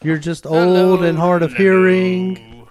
You're just old and hard of hearing.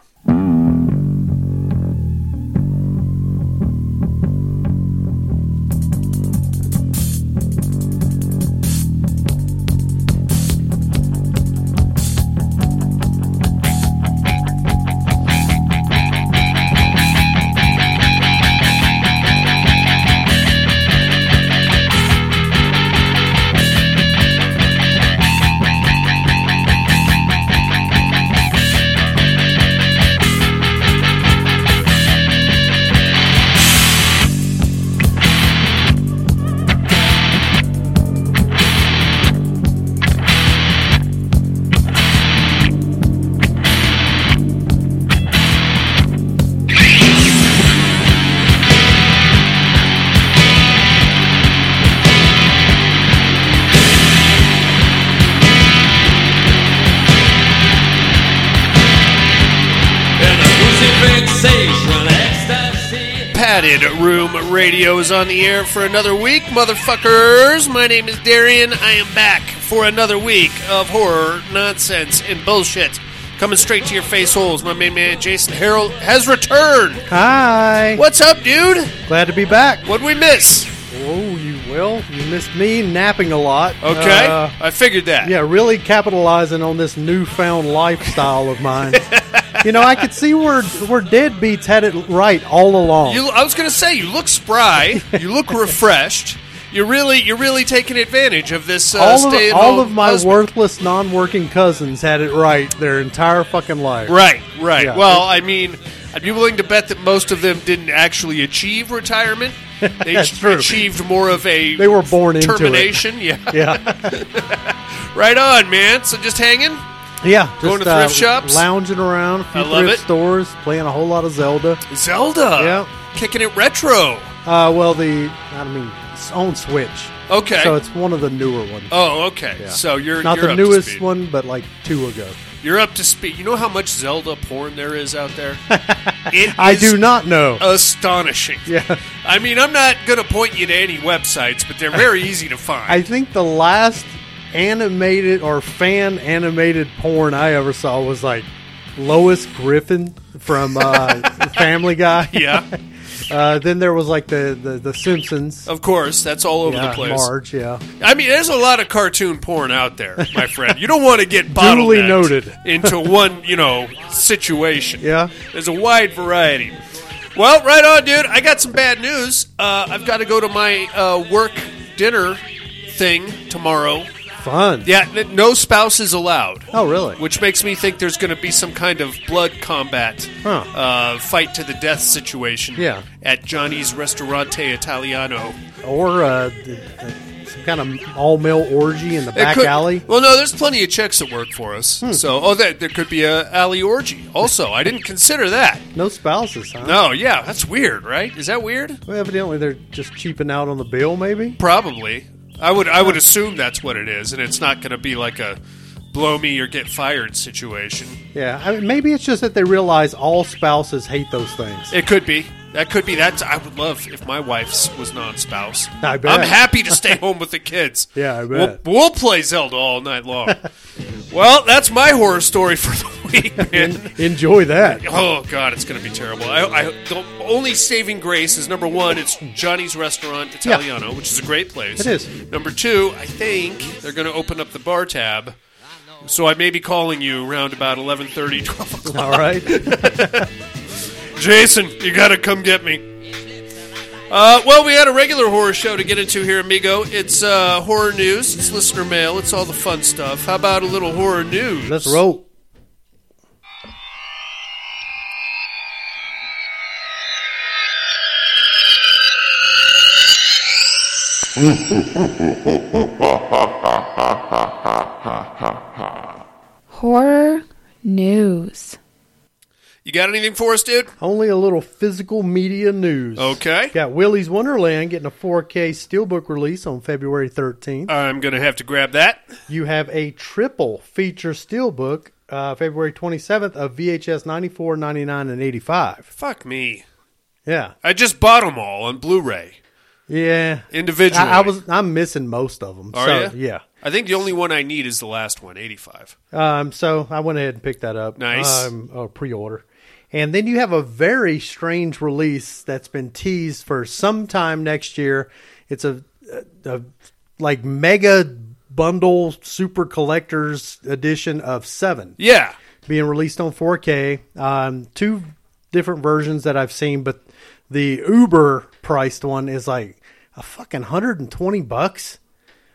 Padded Room Radio is on the air for another week, motherfuckers. My name is Darian. I am back for another week of horror, nonsense, and bullshit. Coming straight to your face holes. My main man Jason Harold has returned. Hi. What's up, dude? Glad to be back. What'd we miss? Oh, you will. You missed me napping a lot. Okay, Uh, I figured that. yeah, really capitalizing on this newfound lifestyle of mine. you know, I could see where where deadbeats had it right all along. You, I was gonna say you look spry. you look refreshed. You're really, you're really taking advantage of this. Uh, all of, stay-at-home all of my husband. worthless non-working cousins had it right their entire fucking life. Right, right. Yeah. Well, I mean, I'd be willing to bet that most of them didn't actually achieve retirement. They That's ach- true. achieved more of a They were born into it. termination. Yeah, Yeah, right on, man. So just hanging. yeah. Just, Going to uh, thrift shops? lounging around, a few I love thrift it. stores, playing a whole lot of Zelda. Zelda. Kicking it retro. Uh, well, the I mean, it's on Switch, Okay. so it's one of the newer ones. oh, okay. Yeah. So you're not you're the up to newest speed. one, but like two ago. You're up to speed. You know how much Zelda porn there is out there. It I is do not know. Oh. Astonishing. Yeah. I mean, I'm not going to point you to any websites, but they're very easy to find. I think the last animated or fan animated porn I ever saw was like Lois Griffin from uh, Family Guy. yeah. Uh, then there was like the the, the Simpsons. Of course, that's all over yeah, the place. Marge, yeah. I mean, there's a lot of cartoon porn out there, my friend. You don't want to get bottlenecked noted. into one, you know, situation. Yeah. there's a wide variety. Well, right on, dude. I got some bad news. Uh, I've got to go to my uh, work dinner thing tomorrow. Fun. Yeah, n- no spouses allowed. Oh, really? Which makes me think there's going to be some kind of blood combat, Huh. uh, fight to the death situation Yeah. at Johnny's Ristorante Italiano. Or uh, the, the, some kind of all male orgy in the It back could- alley. Hmm. Well, no, there's plenty of chicks that work for us. So, oh, there, there could be a alley orgy. Also, I didn't consider that. No spouses, huh? No, yeah, that's weird, right? Is that weird? Well, evidently they're just cheaping out on the bill, maybe. Probably. I would, I would assume that's what it is, and it's not going to be like a blow me or get fired situation. Yeah, I mean, maybe it's just that they realize all spouses hate those things. It could be. That could be. That's. I would love if my wife's was non-spouse. I bet. I'm happy to stay home with the kids. Yeah, I We'll, bet. we'll play Zelda all night long. well, that's my horror story for the week, man. Enjoy that. Oh God, it's going to be terrible. I, I the only saving grace is number one, it's Johnny's Restaurant Italiano, which is a great place. It is. Number two, I think they're going to open up the bar tab, so I may be calling you around about 11:30, 12 o'clock. All right. Jason, you got to come get me. Uh, well, we had a regular horror show to get into here, amigo. It's uh, horror news, it's listener mail, it's all the fun stuff. How about a little horror news? Let's roll. Horror news. You got anything for us, dude? Only a little physical media news. Okay. Got Willy's Wonderland getting a 4K steelbook release on February 13th. I'm going to have to grab that. You have a triple feature steelbook uh, February 27th of VHS 94, 99, and 85. Fuck me. Yeah. I just bought them all on Blu-ray Yeah. individually. I, I was I'm missing most of them. Are so ya? yeah. I think the only one I need is the last one, 85. Um, so I went ahead and picked that up. Nice. Um, oh, pre-order. And then you have a very strange release that's been teased for sometime next year. It's a, a, a, like mega bundle super collector's edition of Seven Yeah. being released on 4K. Um, two different versions that I've seen, but the uber priced one is like a fucking 120 bucks.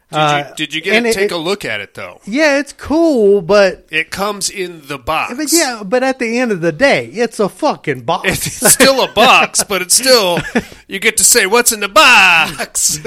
Did, you, did you get Uh, and to it- take it- a look at it, though? Yeah, it's cool, but It comes in the box. But yeah, but at the end of the day, it's a fucking box. It's still a box, but it's still, you get to say, what's in the box?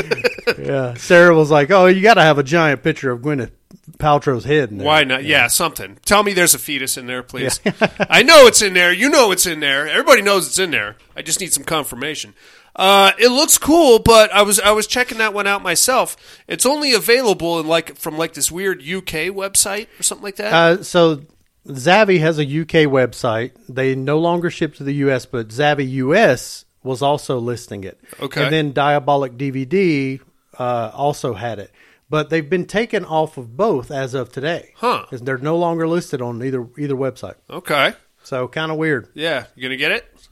yeah. Sarah was like, "Oh, you got to have a giant picture of Gwyneth Paltrow's head." In there. Why not? Yeah. something. Tell me there's a fetus in there, please. I know it's in there. You know it's in there. Everybody knows it's in there. I just need some confirmation. Uh, it looks cool, but I was I was checking that one out myself. It's only available in like from like this weird UK website or something like that. Uh, so Zavi has a UK website. They no longer ship to the US, but Zavi US was also listing it. Okay. And then Diabolic DVD uh, also had it. But they've been taken off of both as of today. Huh. They're no longer listed on either either website. okay. So kind of weird. Yeah, you gonna get it?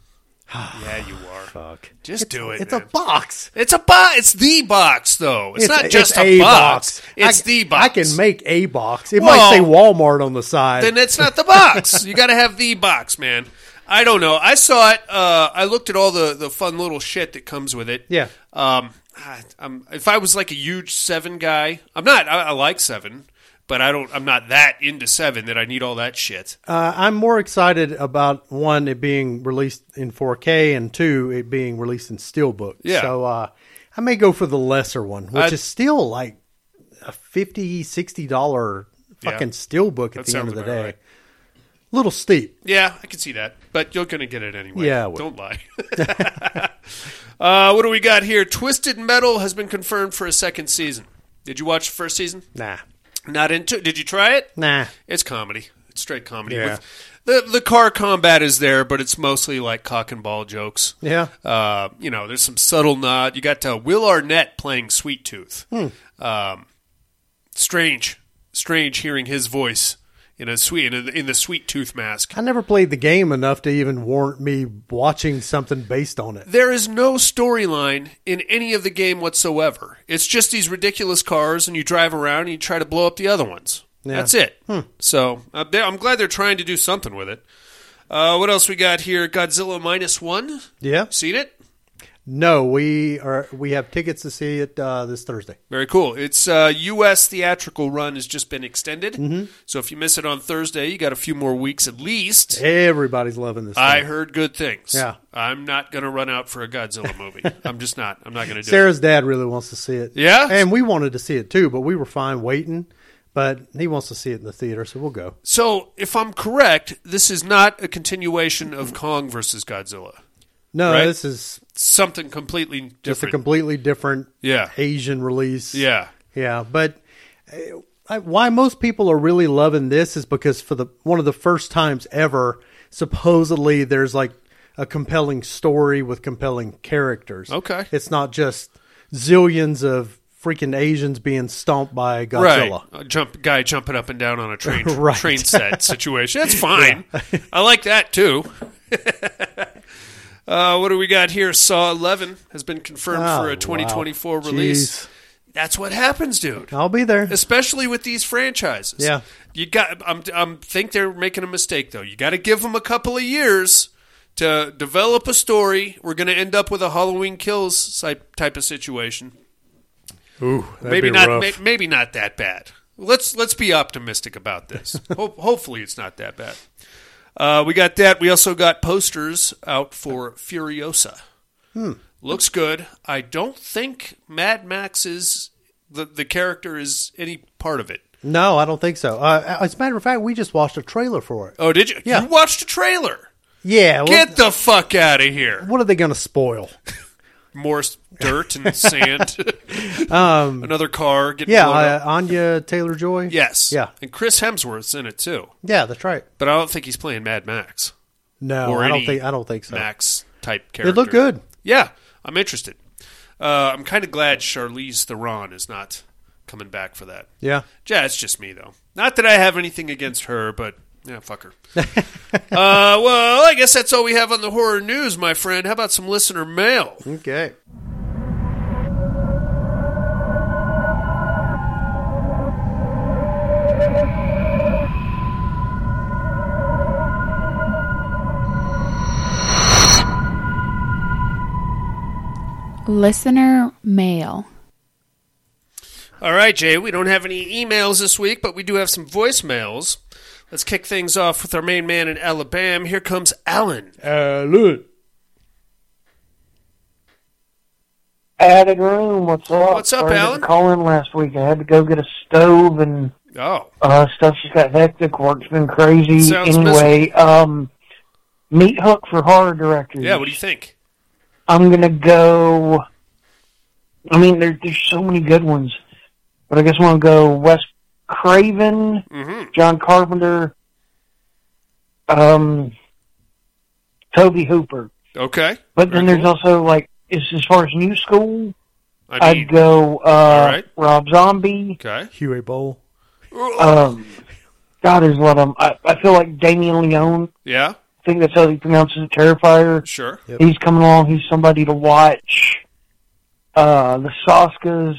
yeah, you are. Fuck. Just do it. It's a man. box. It's a box. It's the box, though. It's, not just it's a, box. It's I, the box. I can make a box. It Well- might say Walmart on the side. then it's not the box. you got to have the box, man. I don't know. I saw it. Uh, I looked at all the, the fun little shit that comes with it. Yeah. Um, I, I'm, if I was like a huge seven guy, I'm not. I, I like seven, but I don't. I'm not that into seven that I need all that shit. uh, I'm more excited about one it being released in 4K and two it being released in steelbook. Yeah. So uh, I may go for the lesser one, which I'd- is still like a 50 60 dollar fucking steelbook at That the end sounds of the about day. right. Little steep. Yeah, I can see that. But you're going to get it anyway. Yeah, I would. Don't lie. uh, what do we got here? Twisted Metal has been confirmed for a second season. Did you watch the first season? Nah. Not into. Did you try it? Nah. It's comedy. It's straight comedy. Yeah. With- the the car combat is there, but it's mostly like cock and ball jokes. Yeah. Uh, you know, there's some subtle nod. You got to Will Arnett playing Sweet Tooth. Hmm. Um, strange, strange hearing his voice in a sweet in, a, in the Sweet Tooth mask. I never played the game enough to even warrant me watching something based on it. There is no storyline in any of the game whatsoever. It's just these ridiculous cars, and you drive around and you try to blow up the other ones. That's it. So uh, they- I'm glad they're trying to do something with it. Uh, what else we got here? Godzilla minus one. Yeah. Seen it? No, we are. We have tickets to see it uh, this Thursday. Very cool. Its uh, U.S. theatrical run has just been extended. So if you miss it on Thursday, you got a few more weeks at least. Everybody's loving this. I thing. heard good things. Yeah. I'm not going to run out for a Godzilla movie. I'm just not. I'm not going to do it. Sarah's dad really wants to see it. Yeah? and we wanted to see it too, but we were fine waiting. But he wants to see it in the theater, so we'll go. So, if I'm correct, this is not a continuation of Kong versus Godzilla. No, Right. this is Something completely different. just a completely different Yeah. Asian release. yeah. yeah. But uh, I, why most people are really loving this is because for the one of the first times ever, supposedly there's like a compelling story with compelling characters. Okay. it's not just zillions of freaking Asians being stomped by Godzilla. Right. A jump guy jumping up and down on a train Right. train set situation. That's fine. I like that too. uh, what do we got here? Saw 11 has been confirmed Oh, for a 2024 wow. release. Jeez. That's what happens, dude. I'll be there. especially with these franchises. Yeah. you got. I'm. I'm think they're making a mistake though. You got to give them a couple of years to develop a story. We're going to end up with a Halloween Kills type type of situation. Ooh, maybe not. may- maybe not that bad. Let's let's be optimistic about this. Ho- hopefully, it's not that bad. Uh, we got that. We also got posters out for Furiosa. Looks good. I don't think Mad Max's the the character is any part of it. no, I don't think so. Uh, as a matter of fact, we just watched a trailer for it. Oh, did you? Yeah. You watched a trailer. Yeah, well, Get the fuck out of here. what are they going to spoil? More s- dirt and sand. Another car getting Um, Yeah, blown uh, up. Anya Taylor Joy. Yes. yeah, And Chris Hemsworth's in it too. yeah, that's right. But I don't think he's playing Mad Max. No, Or I don't any think I don't think so. Max type character. It looked good. Yeah, I'm interested. Uh, I'm kind of glad Charlize Theron is not coming back for that. Yeah. Yeah, it's just me though. Not that I have anything against her, but yeah, fuck her. uh, well, I guess that's all we have on the horror news, my friend. How about some listener mail? Okay. Listener mail. All right, Jay, we don't have any emails this week, but we do have some voicemails. Let's kick things off with our main man in Alabama. Here comes Alan. Added room. What's up? What's up, Sorry I Alan? didn't Call in last week. I had to go get a stove and Oh, uh, stuff. Just got hectic. Work's been crazy. Sounds anyway, um, meat hook for horror directors. yeah, what do you think? I'm gonna go. I mean, there, there's so many good ones, but I guess I'm gonna go Wes Craven, Mm-hmm. John Carpenter, um, Toby Hooper. Okay. But then Very there's also like, as, as far as new school, I mean, I'd go uh, right. Rob Zombie. okay. Huey Bowl. Um, God, there's a lot of 'em. I, I feel like Damien Leone. Yeah, I think that's how he pronounces it. Terrifier. sure. Yep. He's coming along. He's somebody to watch. Uh, the Soskas.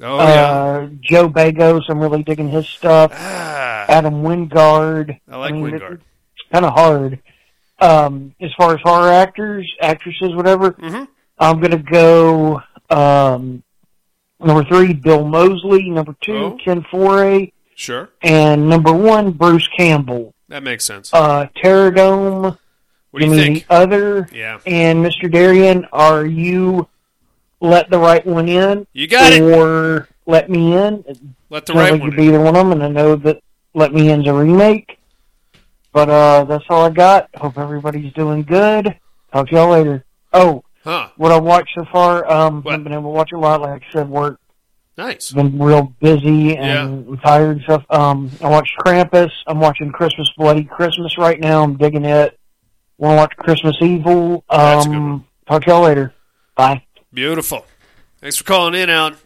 Oh, yeah. uh, Joe Bagos. I'm really digging his stuff. Ah, Adam Wingard. I like mean, Wingard. It's kind of hard. Um, as far as horror actors, actresses, whatever, Mhm. I'm gonna go um, number three, Bill Mosley. Number two, Oh. Ken Foray, Sure. and number one, Bruce Campbell. That makes sense. Uh, Terradome. What do you give me think? the other. Yeah. And Mr. Darien, are you let the right one in, You got it. or let me in? Let the Sounds right uh, like one could be in. either one of them, and I know that Let Me In's a remake. But uh, that's all I got. Hope everybody's doing good. Talk to y'all later. Oh, Huh. what I watched so far, um, What? I've been able to watch a lot. Like I said, work Nice. been real busy and I'm tired and stuff. Um, I watched Krampus. I'm watching Christmas Bloody Christmas right now. I'm digging it. Want to watch Christmas Evil? Um, That's a good one. Talk to y'all later. Bye. Beautiful. Thanks for calling in, Alan.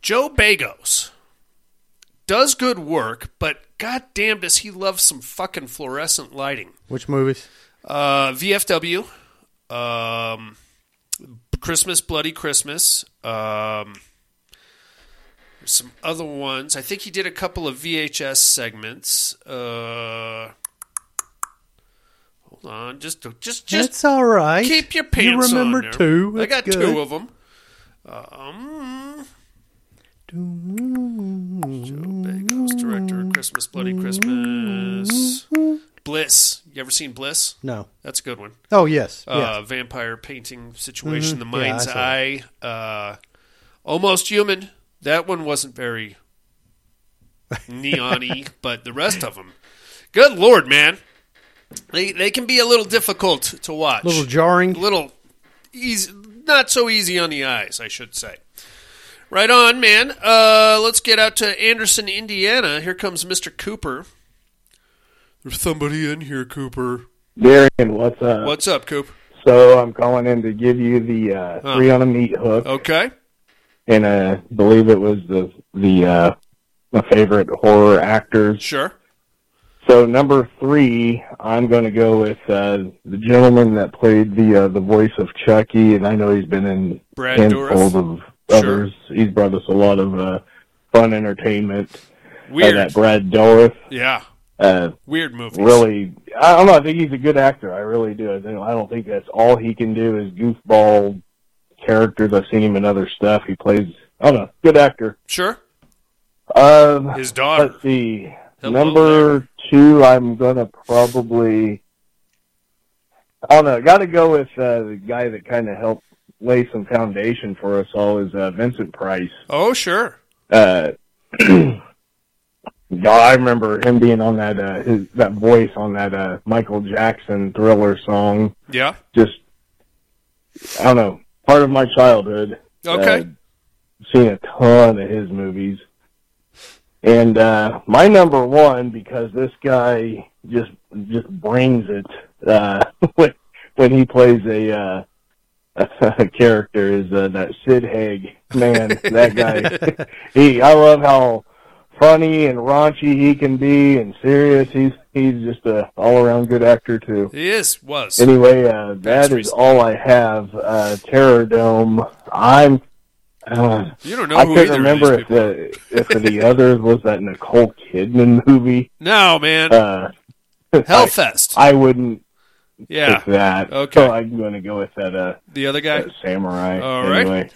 Joe Bagos does good work, but goddamn does he love some fucking fluorescent lighting. Which movies? Uh, VFW, um, Christmas Bloody Christmas. Um, there's some other ones. I think he did a couple of VHS segments. Uh, hold on, just just just That's all right. keep your pants You remember on there. two. I That's got good. two of them. Um, Joe Bagos, director of Christmas Bloody Christmas. Bliss. You ever seen Bliss? No. That's a good one. Oh yes. Uh, Vampire painting situation, the Mm-hmm. Yeah, I mind's saw eye. Uh, almost human. That one wasn't very neon-y, but the rest of them. Good lord, man. They, they can be a little difficult to watch. Little jarring. little easy, not so easy on the eyes, I should say. Right on, man. Uh, let's get out to Anderson, Indiana. Here comes Mr. Cooper. There's somebody in here, Cooper. Darian, what's up? What's up, Coop? So I'm calling in to give you the uh, Huh. Oh. three on a meat hook, Okay. and uh, I believe it was the the uh, my favorite horror actors. Sure. So number three, I'm going to go with uh, the gentleman that played the uh, the voice of Chucky, and I know he's been in Brad handfuls Dourif. of Sure. others. He's brought us a lot of uh, fun entertainment. Uh, Weird. that Brad Dourif, yeah. uh, Weird movies. really, I don't know. I think he's a good actor. I really do. I don't, I don't think that's all he can do is goofball characters. I've seen him in other stuff. He plays. I don't know. Good actor. Sure. Um, His daughter. let's see. Hello Number two, I'm gonna probably. I don't know. Got to go with uh, the guy that kind of helped lay some foundation for us all is uh, Vincent Price. Oh, sure. Uh, God, I remember him being on that uh, his, that voice on that uh, Michael Jackson Thriller song. Yeah. Just I don't know, part of my childhood. Okay. Uh, seen a ton of his movies, and uh, my number one because this guy just just brings it uh, when when he plays a uh, character is uh, that Sid Haig. Man, that guy. he, I love how funny and raunchy he can be and serious. He's he's just a all around good actor too. He is was. Anyway, uh, that is recent. all I have. Uh, Terror Dome. I'm. Uh, you don't know I who couldn't either of remember these if people are. the if the others was that Nicole Kidman movie. No, man. Uh, I, Hellfest. I wouldn't yeah. pick that. Okay. So I'm going to go with that. Uh, The other guy. that samurai. All right. anyway.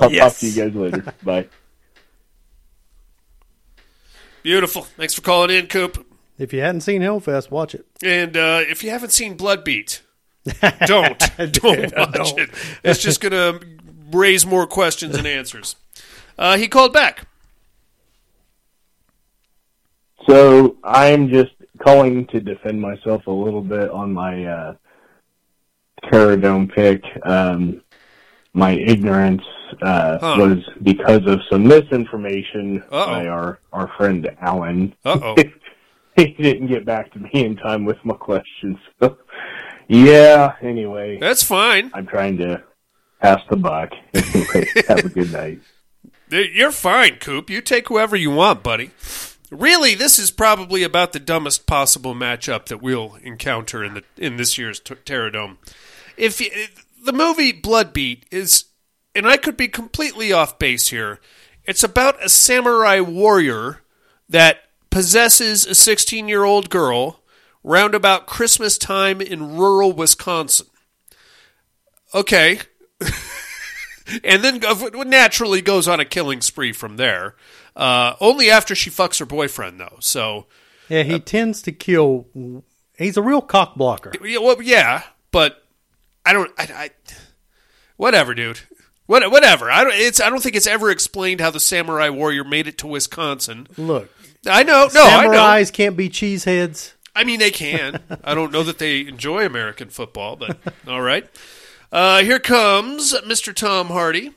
I'll talk Yes. to you guys later. Bye. Beautiful. Thanks for calling in, Coop. If you hadn't seen Hellfest, watch it. And uh, if you haven't seen Bloodbeat, don't don't watch it. It's just gonna raise more questions and answers. Uh, he called back. So I'm just calling to defend myself a little bit on my uh, Terror Dome pick. Um, my ignorance uh, Huh. was because of some misinformation Uh-oh. by our, our friend Alan. Uh oh. he didn't get back to me in time with my questions. So, yeah, anyway, That's fine. I'm trying to pass the buck. Anyway, have a good night. You're fine, Coop. You take whoever you want, buddy. Really, this is probably about the dumbest possible matchup that we'll encounter in the in this year's t- Terradome. If you, the movie Bloodbeat is, and I could be completely off base here, it's about a samurai warrior that possesses a 16 year old girl round about Christmas time in rural Wisconsin. Okay, and then go- naturally goes on a killing spree from there. Uh, only after she fucks her boyfriend, though. So, Yeah, Uh, he tends to kill. He's a real cock blocker. yeah, well, yeah, but I don't. I, I whatever, dude. What, whatever. I don't. It's. I don't think it's ever explained how the samurai warrior made it to Wisconsin. Look, I know. No, I know. samurais can't be cheeseheads. I mean, they can. I don't know that they enjoy American football, but all right. Uh, here comes Mr. Tom Hardy.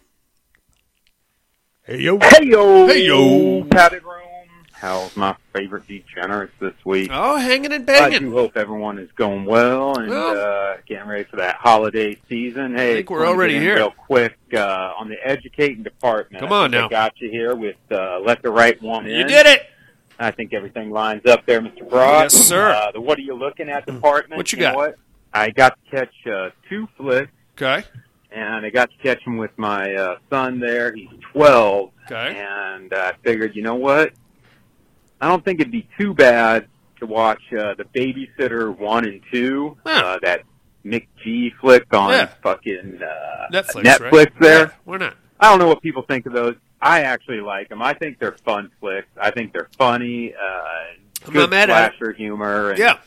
Hey yo, Hey yo, Hey, yo. padded room. How's my favorite degenerates this week? Oh, hanging and I banging. do hope everyone is going well and Well. uh, getting ready for that holiday season. Hey, think we're let me get already in here. Real quick uh, on the educating department. Come I on think I now. got you here with uh, let the right one in. You did it. I think everything lines up there, Mr. Brock. Yes, sir. Mm. Uh, the what are you looking at department? What you know got? what? I got to catch uh, two flicks. Okay. and I got to catch him with my uh, son there. He's 12, Okay. and uh, I figured, you know what? I don't think it'd be too bad to watch uh, the Babysitter one and two, Huh. uh, that Mick G flick on Yeah. fucking uh, Netflix. Netflix. right? There, Yeah, why not? I don't know what people think of those. I actually like them. I think they're fun flicks. I think they're funny. Uh, I'm good not mad at it. slasher humor. And Yeah.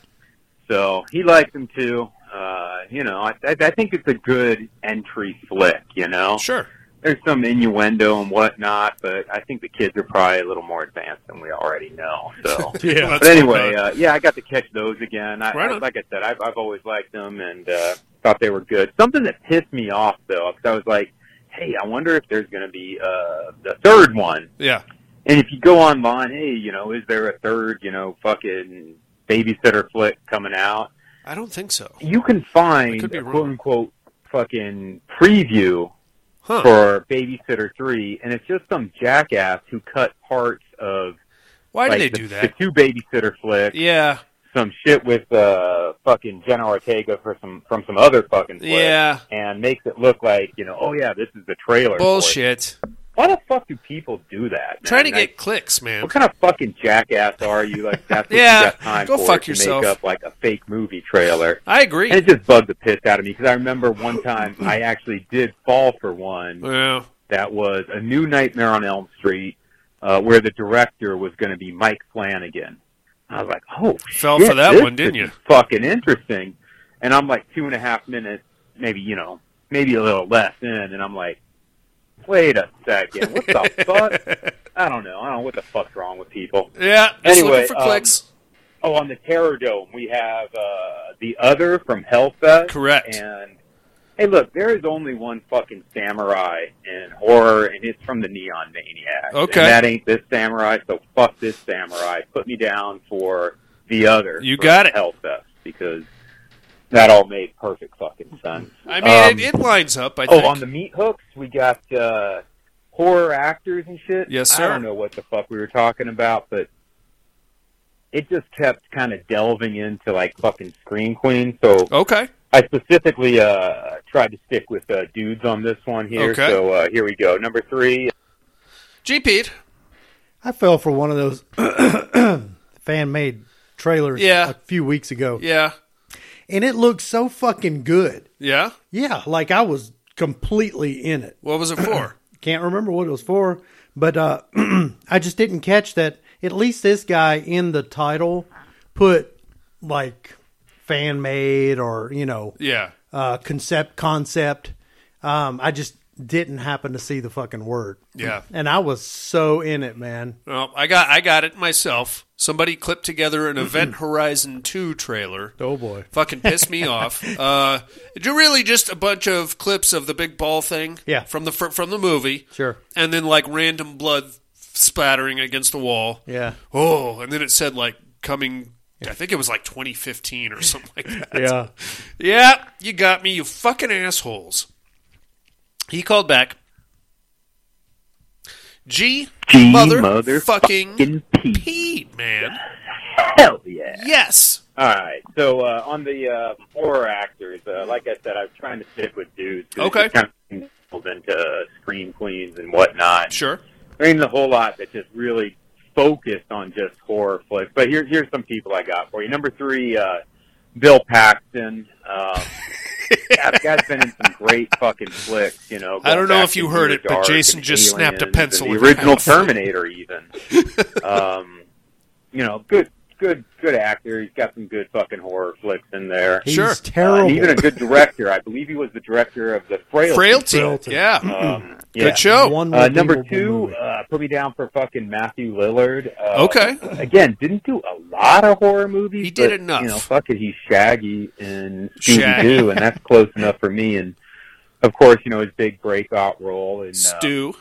so he likes them too. Uh, you know, I, I, I think it's a good entry flick. You know, Sure. there's some innuendo and whatnot, but I think the kids are probably a little more advanced than we already know. So, Yeah. but anyway, uh, yeah, I got to catch those again. I, Right I- on. like I said, I've, I've always liked them and uh, thought they were good. Something that pissed me off though, because I was like, "Hey, I wonder if there's going to be uh, the third one." yeah. And if you go online, hey, you know, is there a third, you know, fucking babysitter flick coming out? I don't think so. You can I find could be a wrong. quote unquote fucking preview Huh. for Babysitter Three, and it's just some jackass who cut parts of Why like do they the, do the that? two Babysitter flicks, Yeah. some shit with uh fucking Jenna Ortega for some from some other fucking flick, Yeah. and makes it look like you know, oh yeah, this is the trailer. for it. Bullshit. Why the fuck do people do that? Man? Try to Like, get clicks, man. What kind of fucking jackass are you? Like that's what Yeah, you got time go for fuck to yourself. make up like a fake movie trailer. I agree. And it just bugged the piss out of me because I remember one time I actually did fall for one Well, that was A New Nightmare on Elm Street, uh, where the director was going to be Mike Flanagan. I was like, oh, Fell shit, for that this one, didn't could you? be Fucking interesting. And I'm like two and a half minutes, maybe you know, maybe a little less in, and I'm like, wait a second, what the fuck? I don't know. I don't know what the fuck's wrong with people. yeah. Just looking Anyway, for um, clicks. Oh, on the Terror Dome, we have uh, the other from Hellfest. Correct. And hey, look, there is only one fucking samurai in horror, and it's from the Neon Maniac. Okay. And that ain't this samurai, so fuck this samurai. Put me down for the other. You from got it. Hellfest because That all made perfect fucking sense. I mean, Um, it, it lines up. I Oh, think. on the meat hooks, we got uh, horror actors and shit. Yes, I sir. don't know what the fuck we were talking about, but it just kept kind of delving into like fucking Scream Queen. So okay. I specifically uh, tried to stick with uh, dudes on this one here. Okay. So uh, here we go. Number three. G Pete. I fell for one of those fan made trailers Yeah. a few weeks ago, Yeah. and it looked so fucking good. Yeah. Yeah, like I was completely in it. What was it for? Can't remember what it was for, but uh, I just didn't catch that. At least this guy in the title put like fan made or you know yeah. uh, concept concept. Um, I just didn't happen to see the fucking word. Yeah. and I was so in it, man. Well, I got I got it myself. Somebody clipped together an Event Horizon Two trailer. Mm-hmm. Oh boy. Fucking pissed me off. Uh, ju- really just a bunch of clips of the big ball thing. Yeah. From the fr- from the movie. Sure. And then like random blood spattering against the wall. Yeah. Oh, and then it said like coming. I think it was like 2015 or something like that. Yeah. Yeah, you got me, you fucking assholes. He called back. G, G mother, motherfucking fucking Pete. P, man. Hell yeah. Yes. All right. So uh, on the uh, horror actors, uh, like I said, I was trying to stick with dudes. 'cause Okay. it Kind of delved into scream queens and whatnot. Sure. There ain't a whole lot that just really focused on just horror flicks. But here, here's some people I got for you. Number three, uh, Bill Paxton. Um, yeah, the guy's been in some great fucking flicks, you know. I don't going know back if to you heard Near it, but Dark Jason and just snapped a Aliens and pencil The in original half. Terminator, even. um, you know, good, good, good actor. He's got some good fucking horror flicks in there. He's Sure. Uh, terrible. and even a good director. I believe he was the director of the Frailty. Frailty. Frailty. Yeah. Um, yeah. Good show. One Uh, number redeemable two, movie. uh, put me down for fucking Matthew Lillard. Uh, Okay. Again, didn't do a lot of horror movies. He did but, enough. You know, fuck it, he's Shaggy and Scooby Shaggy. Doo, and that's close enough for me. And of course, you know his big breakout role in uh, Stu.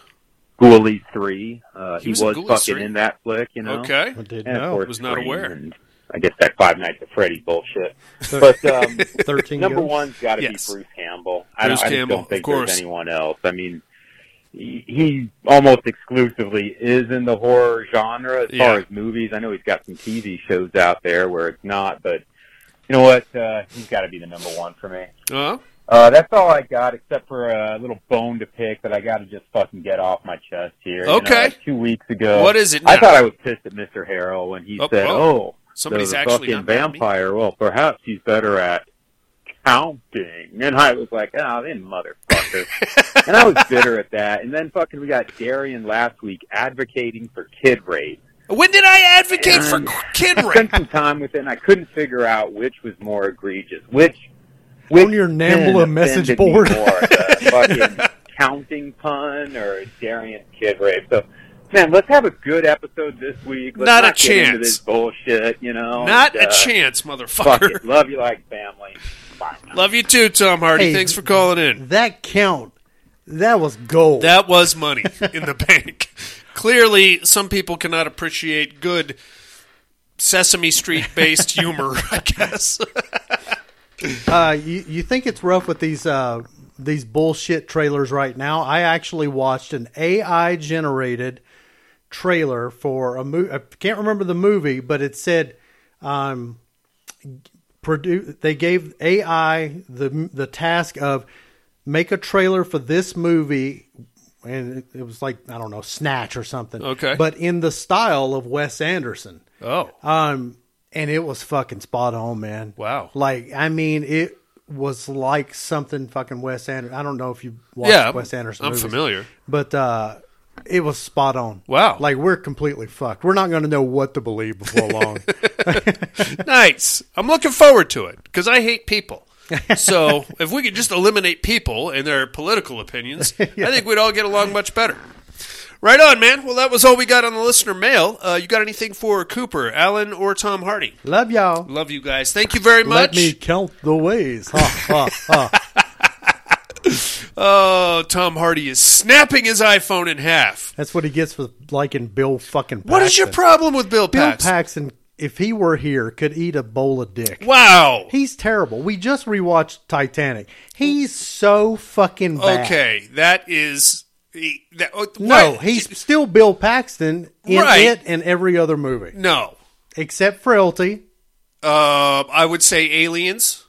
Ghoulies Three. Uh, He he was was, in fucking Ghoulies 3. in that flick. You know. Okay. I didn't uh, And of know. course, was not Scream aware. and I guess that Five Nights at Freddy bullshit. But um, Thirteen. Number goes. one's got to Yes. be Bruce Campbell. I, Bruce don't, I just Campbell, don't think of course. there's anyone else. I mean, he, he almost exclusively is in the horror genre as Yeah. far as movies. I know he's got some TV shows out there where it's not, but you know what? Uh, he's got to be the number one for me. Uh, Uh, that's all I got, except for a little bone to pick that I got to just fucking get off my chest here. You know, Okay. like two weeks ago, What is it I now? thought I was pissed at Mr. Harrell when he Oh, said, oh. "Oh, somebody's so the actually fucking not mad at me. vampire. Well, perhaps he's better at counting. And I was like, ah, then motherfucker. and I was bitter at that. And then fucking we got Darian last week advocating for kid rape. When did I advocate for And- kid I rape? spent some time with it, and I couldn't figure out which was more egregious. Which which On your sin NAMBLA message offended board. me more, the fucking counting pun or Darian kid rape. So. Man, let's have a good episode this week. Let's Not a get into chance. this bullshit, you know. Not and, a uh, chance, Fuck it. motherfucker. Love you like family. Bye. Love you too, Tom Hardy. Hey. Thanks for calling in. That count. That was gold. That was money in the bank. Clearly, some people cannot appreciate good Sesame Street based humor, I guess. Uh, you, you think it's rough with these uh, these bullshit trailers right now? I actually watched an AI generated trailer for a movie. I can't remember the movie, but it said um, produ- they gave AI the the task of make a trailer for this movie, and it, it was like I don't know Snatch or something. Okay. but in the style of Wes Anderson. oh. Um, and it was fucking spot on, man. Wow. Like, I mean, it was like something fucking Wes Anderson. I don't know if you watched yeah. Wes Anderson. I'm movies, familiar. but uh, it was spot on. Wow. Like, we're completely fucked. We're not going to know what to believe before long. Nice. I'm looking forward to it because I hate people. So if we could just eliminate people and their political opinions, I think we'd all get along much better. Right on, man. Well, that was all we got on the listener mail. Uh, you got anything for Cooper, Alan, or Tom Hardy? Love y'all. Love you guys. Thank you very much. Let me count the ways. Ha, ha, ha. Oh, Tom Hardy is snapping his iPhone in half. That's what he gets for liking Bill fucking Paxton. What is your problem with Bill Bill Paxton? Paxton if he were here, could eat a bowl of dick. Wow. He's terrible. We just rewatched Titanic. He's so fucking bad. Okay, that is. he- That, oh, No, what? he's still Bill Paxton in Right. it and every other movie no. except Frailty. Uh, I would say Aliens,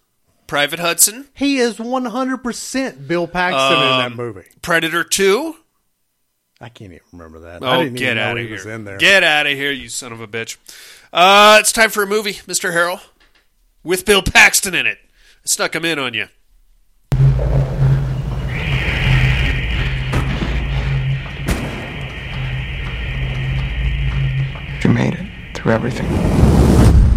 Private Hudson, He is 100% Bill Paxton in Um, that movie. Predator Two. I can't even remember that. I Oh, didn't get even know out of he was here! in there. Get out of here, you son of a bitch! Uh, it's time for a movie, Mister Harrell, with Bill Paxton in it. I snuck him in on you. You made it through everything.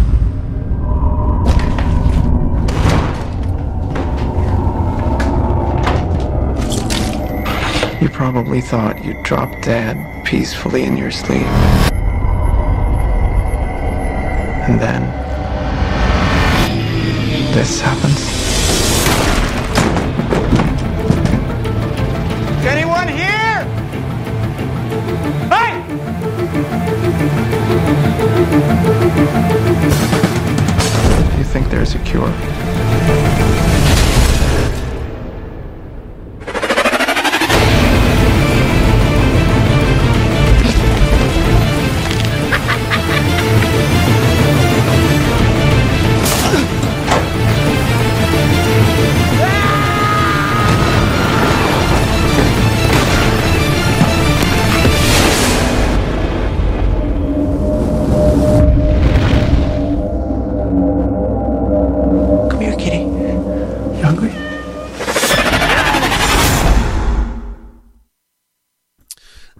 You probably thought you'd drop dead peacefully in your sleep. And then. This happens. You think there's a cure. Come here, kitty. You hungry?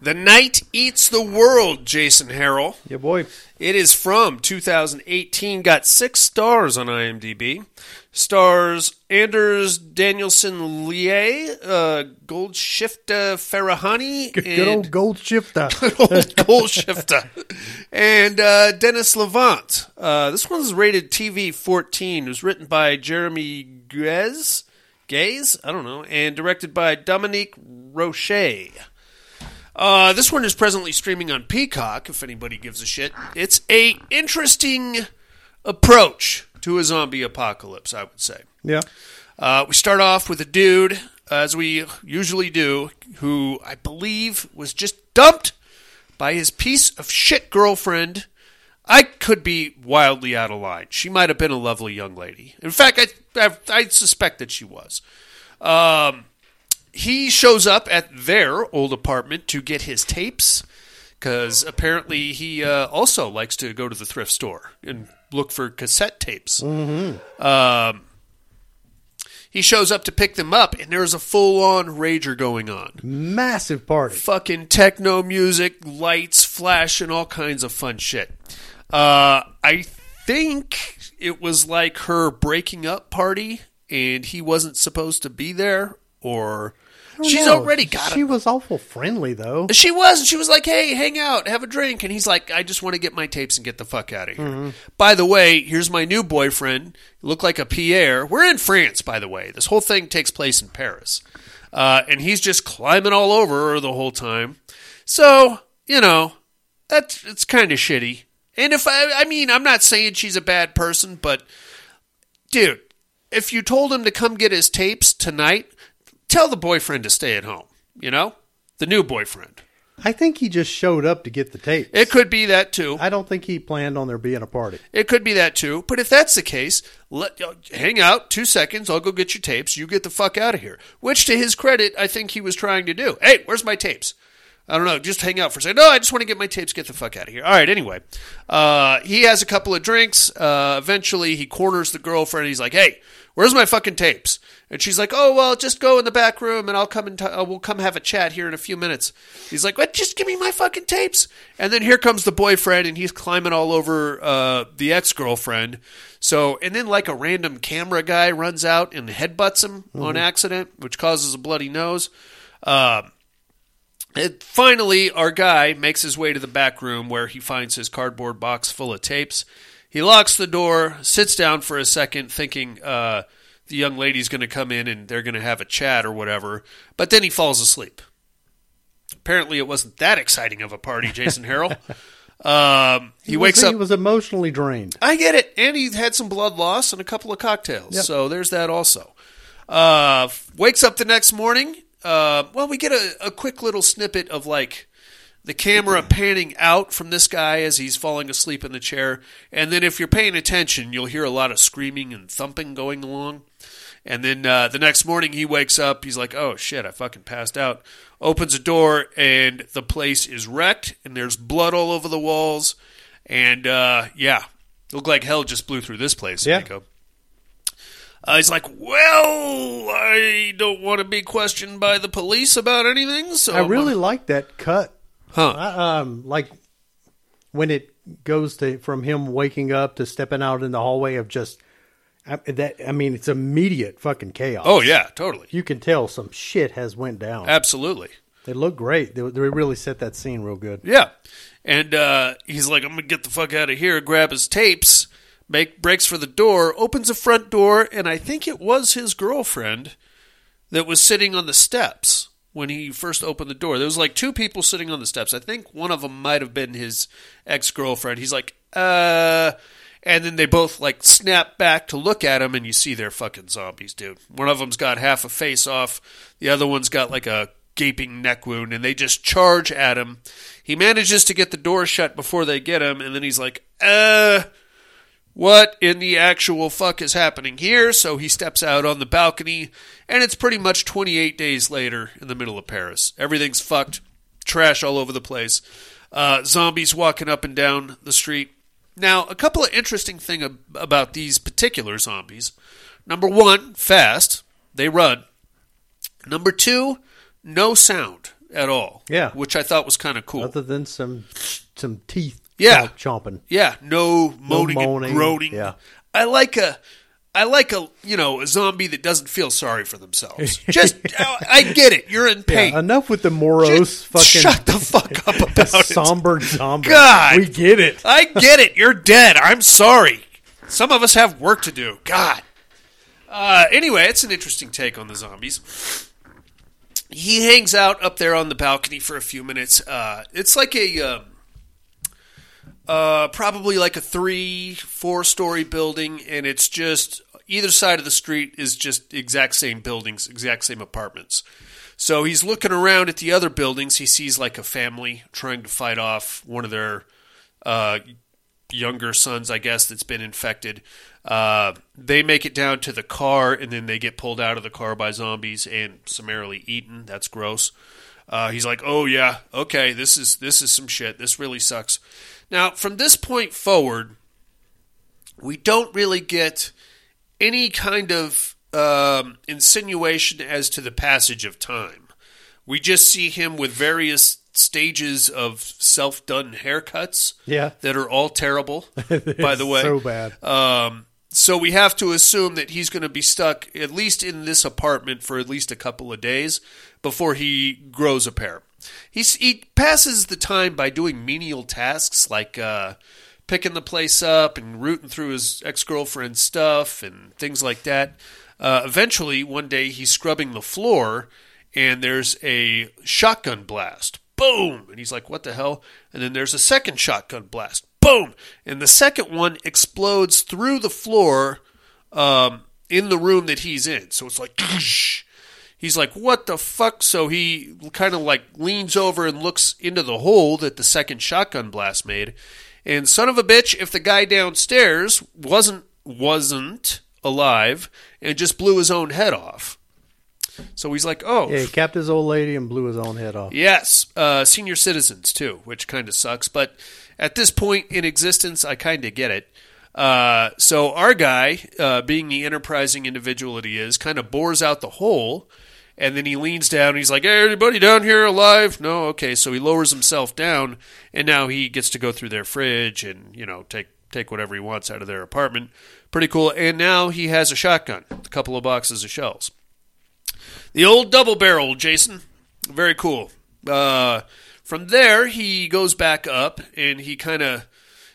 The Night Eats the World, Jason Harrell. Yeah, boy. It is from 2018, got six stars on IMDb. Stars Anders Danielson Lie, uh, Goldshifta Farahani, Good, good old and Gold Shifter. old Goldshifta, and uh, Dennis Levant. Uh, this one's rated TV 14. It was written by Jeremy Guez, Gaze, I don't know, and directed by Dominique Roche. Uh, this one is presently streaming on Peacock. If anybody gives a shit, it's a interesting approach to a zombie apocalypse. I would say. yeah. Uh, we start off with a dude, as we usually do, who I believe was just dumped by his piece of shit girlfriend. I could be wildly out of line. She might have been a lovely young lady. In fact, I I, I suspect that she was. Um, he shows up at their old apartment to get his tapes because apparently he uh, also likes to go to the thrift store and look for cassette tapes. Um, he shows up to pick them up, and there's a full on rager going on. Massive party. Fucking techno music, lights flashing, all kinds of fun shit. Uh, I think it was like her breaking up party, and he wasn't supposed to be there, or she's No, already got She a was awful friendly, though. she was. She was like, "Hey, hang out, have a drink," and he's like, "I just want to get my tapes and get the fuck out of here." By the way, here's my new boyfriend. Look like a Pierre. We're in France, by the way. This whole thing takes place in Paris, uh, and he's just climbing all over her the whole time. So you know, that's it's kind of shitty. And if I, I mean, I'm not saying she's a bad person, but dude, if you told him to come get his tapes tonight, tell the boyfriend to stay at home. You know, the new boyfriend. I think he just showed up to get the tape. It could be that too. I don't think he planned on there being a party. It could be that too. But if that's the case, let uh, hang out two seconds. I'll go get your tapes. You get the fuck out of here. Which, to his credit, I think he was trying to do. Hey, where's my tapes? I don't know. Just hang out for a second. No, I just want to get my tapes. Get the fuck out of here. All right. Anyway, uh, he has a couple of drinks. Uh, eventually, he corners the girlfriend. He's like, "Hey, where's my fucking tapes?" And she's like, "Oh well, just go in the back room, and I'll come and t- uh, we'll come have a chat here in a few minutes." He's like, "What? Just give me my fucking tapes." And then here comes the boyfriend, and he's climbing all over uh, the ex girlfriend. So, and then like a random camera guy runs out and headbutts him on accident, which causes a bloody nose. Um, and finally, our guy makes his way to the back room where he finds his cardboard box full of tapes. He locks the door, sits down for a second, thinking uh, the young lady's going to come in and they're going to have a chat or whatever. But then he falls asleep. Apparently, it wasn't that exciting of a party, Jason Harrell. Um, he, wakes was, up. He was emotionally drained. I get it. And he had some blood loss and a couple of cocktails. So there's that also. Uh, f- wakes up the next morning. Uh, well, we get a, a quick little snippet of like the camera panning out from this guy as he's falling asleep in the chair. And then if you're paying attention, you'll hear a lot of screaming and thumping going along. And then uh, the next morning he wakes up. He's like, oh shit, I fucking passed out. Opens a door and the place is wrecked and there's blood all over the walls. And uh, yeah, looked like hell just blew through this place. Yeah. Nico. Uh, he's like, well, I don't want to be questioned by the police about anything. So I I'm really gonna-" like that cut. Huh. I, um, like when it goes to from him waking up to stepping out in the hallway of just I, that. I mean, it's immediate fucking chaos. oh yeah, totally, you can tell some shit has went down. absolutely. They look great. They, they really set that scene real good. Yeah. And uh, he's like, I'm going to get the fuck out of here, grab his tapes, make breaks for the door, opens the front door, and I think it was his girlfriend that was sitting on the steps when he first opened the door. There was like two people sitting on the steps. I think one of them might have been his ex girlfriend. He's like, uh. And then they both like snap back to look at him, and you see they're fucking zombies, dude. One of them's got half a face off, the other one's got like a gaping neck wound, and they just charge at him. He manages to get the door shut before they get him, and then he's like, uh, what in the actual fuck is happening here? So he steps out on the balcony, and it's pretty much 28 days later in the middle of Paris. Everything's fucked, trash all over the place, uh, zombies walking up and down the street. Now, a couple of interesting thing ab- about these particular zombies. Number one, fast. They run. Number two, no sound at all. Yeah. Which I thought was kind of cool. Other than some some teeth, Yeah. chomp- chomping. Yeah, no moaning, moaning, and groaning. yeah. I like a I like a you know a zombie that doesn't feel sorry for themselves. Just I I get it. You're in pain. Enough with the morose Just fucking shut the fuck up the about it. somber zombie. God. we get it. I get it. You're dead. I'm sorry. Some of us have work to do. God. Uh, anyway, it's an interesting take on the zombies. He hangs out up there on the balcony for a few minutes. Uh, it's like a um, uh, probably like a three, four story building, and it's just either side of the street is just exact same buildings, exact same apartments. So he's looking around at the other buildings. He sees like a family trying to fight off one of their uh, younger sons, I guess, that's been infected. Uh, they make it down to the car, and then they get pulled out of the car by zombies and summarily eaten. That's gross. Uh, he's like, "Oh yeah, okay, this is this is some shit. This really sucks." Now, from this point forward, we don't really get any kind of um, insinuation as to the passage of time. We just see him with various stages of self-done haircuts Yeah. that are all terrible. by the way, so bad. Um, so we have to assume that he's going to be stuck at least in this apartment for at least a couple of days before he grows a pair. He's, he passes the time by doing menial tasks like uh, picking the place up and rooting through his ex girlfriend's stuff and things like that. Uh, eventually, one day he's scrubbing the floor and there's a shotgun blast. Boom! And he's like, what the hell? And then there's a second shotgun blast. Boom! And the second one explodes through the floor um, in the room that he's in. So it's like, he's like, what the fuck? So he kind of like leans over and looks into the hole that the second shotgun blast made. And son of a bitch, if the guy downstairs wasn't wasn't alive and just blew his own head off. So he's like, oh, Yeah, he capped his old lady and blew his own head off. Yes, uh, senior citizens too, which kind of sucks. But at this point in existence, I kind of get it. Uh, so our guy, uh, being the enterprising individual that he is, kind of bores out the hole, and then he leans down. And he's like, "Hey, anybody down here alive?" No, okay. So he lowers himself down, and now he gets to go through their fridge and you know take take whatever he wants out of their apartment. Pretty cool. And now he has a shotgun, a couple of boxes of shells. The old double barrel, Jason. Very cool. Uh, from there, he goes back up and he kind of,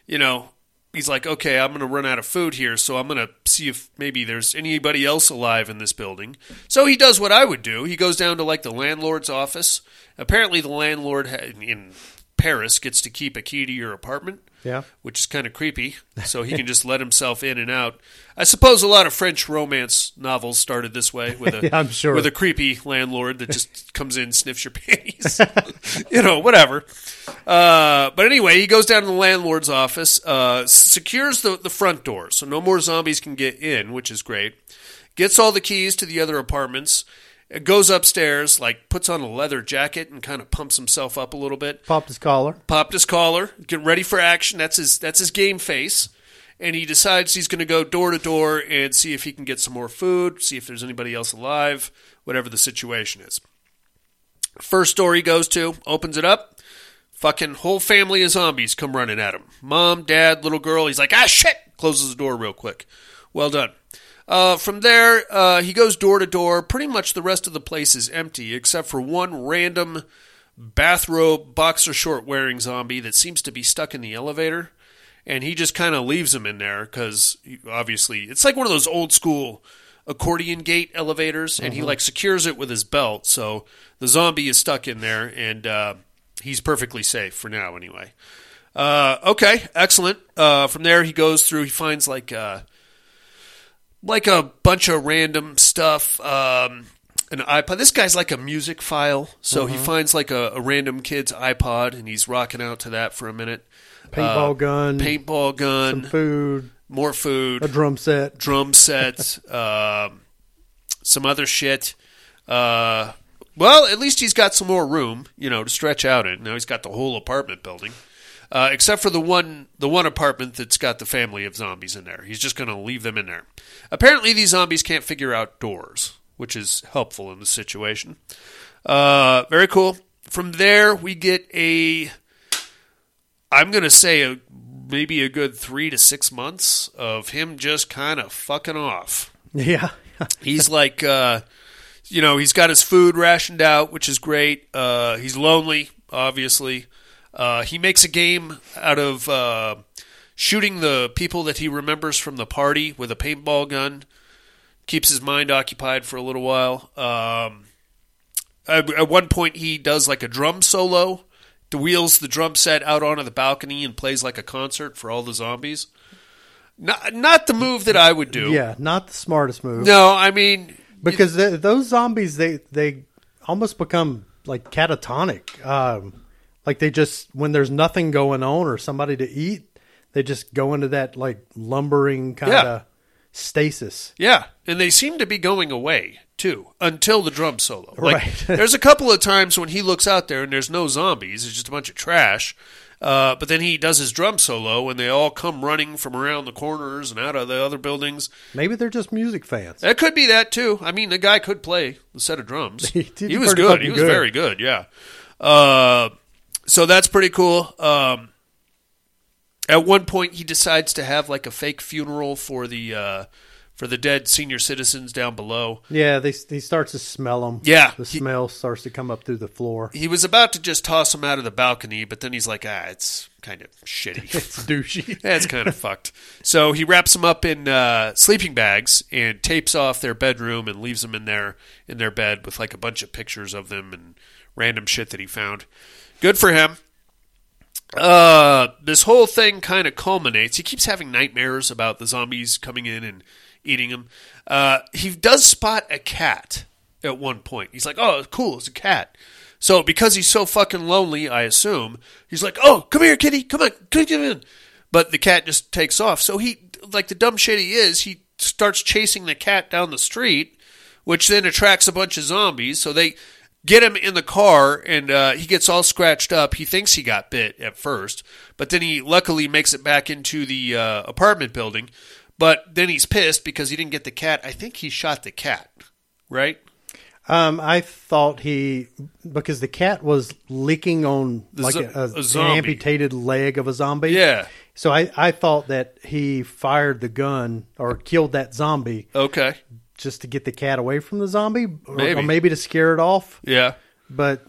you know, he's like, okay, I'm going to run out of food here, so I'm going to see if maybe there's anybody else alive in this building. So he does what I would do. He goes down to like the landlord's office. Apparently, the landlord ha- in Paris gets to keep a key to your apartment, Yeah. which is kind of creepy. So he can just let himself in and out. I suppose a lot of French romance novels started this way with a Yeah, I'm sure. with a creepy landlord that just comes in, sniffs your panties, you know, whatever. Uh, but anyway, he goes down to the landlord's office, uh, secures the, the front door, so no more zombies can get in, which is great. Gets all the keys to the other apartments. uh, Goes upstairs, like puts on a leather jacket and kind of pumps himself up a little bit Popped his collar. popped his collar, get ready for action. That's his that's his game face. And he decides he's going to go door to door and see if he can get some more food, see if there's anybody else alive, whatever the situation is. First door he goes to, opens it up. Fucking whole family of zombies come running at him. Mom, dad, little girl. He's like, ah, shit! Closes the door real quick. Well done. Uh, from there, uh, he goes door to door. Pretty much the rest of the place is empty except for one random bathrobe, boxer short wearing zombie that seems to be stuck in the elevator. And he just kind of leaves him in there because obviously it's like one of those old school accordion gate elevators. And he like secures it with his belt. So the zombie is stuck in there and uh, he's perfectly safe for now, anyway. Uh, okay, excellent. Uh, from there, he goes through, he finds like. Uh, like a bunch of random stuff. Um, an iPod. This guy's like a music file, so Mm-hmm. he finds like a, a random kid's iPod and he's rocking out to that for a minute. Paintball Uh, gun. paintball gun, Some food. more food, A drum set. drum sets, um, some other shit. Uh, well, at least he's got some more room, you know, to stretch out in. Now he's got the whole apartment building, uh, except for the one the one apartment that's got the family of zombies in there. He's just going to leave them in there. Apparently, these zombies can't figure out doors, which is helpful in the situation. Uh, very cool. From there, we get a. I'm gonna say a, maybe a good three to six months of him just kind of fucking off. Yeah. He's like, uh, you know, he's got his food rationed out, which is great. Uh, he's lonely, obviously. Uh, he makes a game out of uh, shooting the people that he remembers from the party with a paintball gun. Keeps his mind occupied for a little while. Um, at, at one point, he does like a drum solo, wheels the drum set out onto the balcony and plays like a concert for all the zombies. Not, not the move that I would do. Yeah. Not the smartest move. No, I mean, because th those zombies they they almost become like catatonic um like they just when there's nothing going on or somebody to eat they just go into that like lumbering kind of Yeah. stasis Yeah, and they seem to be going away too until the drum solo. Like, Right. there's a couple of times when he looks out there and there's no zombies; it's just a bunch of trash. Uh, but then he does his drum solo, and they all come running from around the corners and out of the other buildings. maybe they're just music fans That could be that too. I mean, the guy could play the set of drums. He did he was pretty good. fucking He was good. very good. Yeah. Uh, so that's pretty cool. Um, at one point, he decides to have like a fake funeral for the uh, for the dead senior citizens down below. yeah they he starts to smell them Yeah, the he- smell starts to come up through the floor He was about to just toss him out of the balcony, but then he's like, ah, it's kind of shitty. it's douchey That's kind of fucked. So he wraps them up in uh, sleeping bags and tapes off their bedroom and leaves them in their in their bed with like a bunch of pictures of them and random shit that he found. Good for him. Uh, this whole thing kind of culminates. He keeps having nightmares about the zombies coming in and eating him. Uh, he does spot a cat at one point. He's like, "Oh, cool, it's a cat." So because he's so fucking lonely, I assume he's like, "Oh, come here, kitty, come on, come come in." But the cat just takes off. So he, like the dumb shit he is, he starts chasing the cat down the street, which then attracts a bunch of zombies. So they get him in the car, and uh, he gets all scratched up. He thinks he got bit at first, but then he luckily makes it back into the uh, apartment building. But then he's pissed because he didn't get the cat. I think he shot the cat, right? um i thought he because the cat was licking on like zo- a, a- a an zombie. amputated leg of a zombie Yeah. So I, I thought that he fired the gun or killed that zombie Okay. just to get the cat away from the zombie or Maybe. or maybe to scare it off. Yeah. But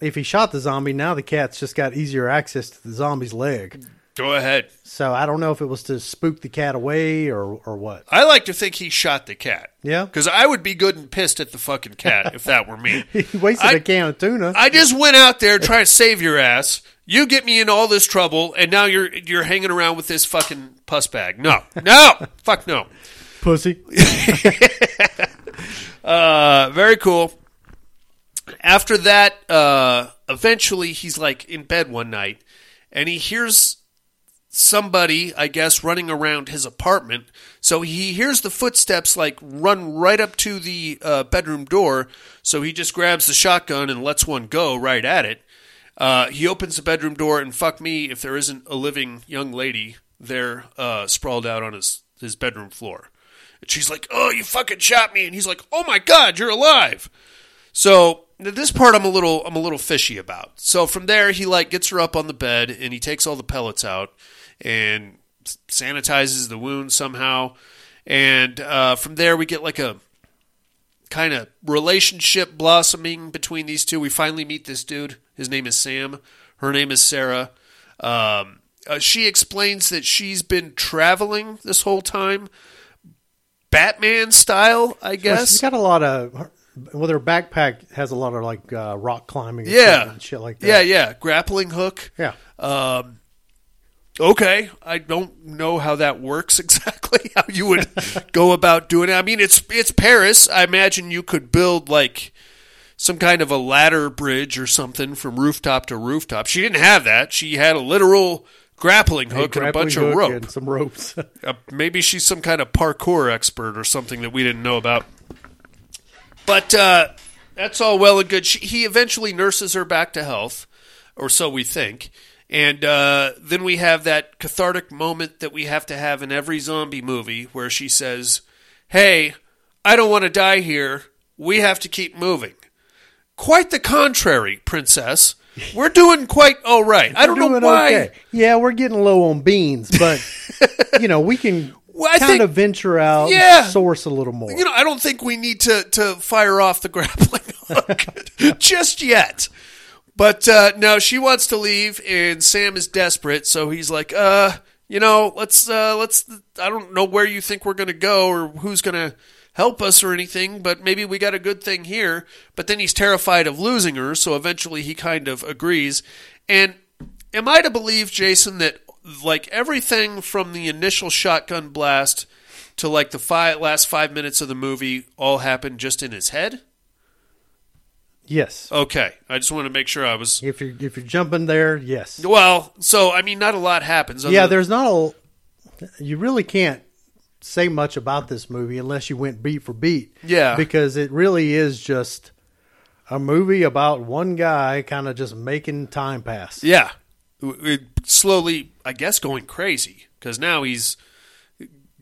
if he shot the zombie, now the cat's just got easier access to the zombie's leg. Go ahead. So I don't know if it was to spook the cat away or, or what. I like to think he shot the cat. Yeah. Because I would be good and pissed at the fucking cat if that were me. He wasted I- a can of tuna. I just went out there trying to save your ass. You get me in all this trouble, and now you're you're hanging around with this fucking puss bag. No, no, fuck no. Pussy. Uh, very cool. After that, uh, eventually he's like in bed one night and he hears somebody, I guess, running around his apartment. So he hears the footsteps like run right up to the uh, bedroom door. So he just grabs the shotgun and lets one go right at it. Uh, he opens the bedroom door and fuck me if there isn't a living young lady there uh, sprawled out on his, his bedroom floor. And she's like, "Oh, you fucking shot me!" And he's like, "Oh my god, you're alive!" So th- this part I'm a little I'm a little fishy about. So from there, he like gets her up on the bed and he takes all the pellets out and s- sanitizes the wound somehow. And uh, from there, we get like a kind of relationship blossoming between these two. We finally meet this dude. His name is Sam. Her name is Sarah. Um, uh, she explains that she's been traveling this whole time, Batman style, I She's guess. got a lot of. Well, their backpack has a lot of like uh, rock climbing. equipment yeah, And shit like Yeah, that. yeah, grappling hook. Yeah. Um, okay, I don't know how that works exactly. How you would go about doing it? I mean, it's it's Paris. I imagine you could build like some kind of a ladder bridge or something from rooftop to rooftop. She didn't have that. She had a literal grappling hook and a bunch Grappling of hook rope. and some ropes. Uh, maybe she's some kind of parkour expert or something that we didn't know about. But uh, that's all well and good. She, he eventually nurses her back to health, or so we think. And uh, then we have that cathartic moment that we have to have in every zombie movie where she says, Hey, I don't want to die here. We have to keep moving. Quite the contrary, princess. We're doing quite all right. I don't know Doing why. okay. Yeah, we're getting low on beans, but you know we can Well, I kind think- of venture out, Yeah. and source a little more. you know, I don't think we need to, to fire off the grappling hook just yet. But uh, no, she wants to leave, and Sam is desperate, so he's like, "Uh, you know, let's uh, let's. I don't know where you think we're gonna go or who's gonna help us or anything, but maybe we got a good thing here." But then he's terrified of losing her, so eventually he kind of agrees. And am I to believe, Jason, that like everything from the initial shotgun blast to like the five, last five minutes of the movie all happened just in his head? yes, Okay, I just want to make sure I was. if you're if you're jumping there, yes. Well, so I mean, not a lot happens. other Yeah, than- there's not a. You really can't say much about this movie unless you went beat for beat. Yeah. because it really is just a movie about one guy kind of just making time pass. yeah, W- it slowly, I guess, going crazy because now he's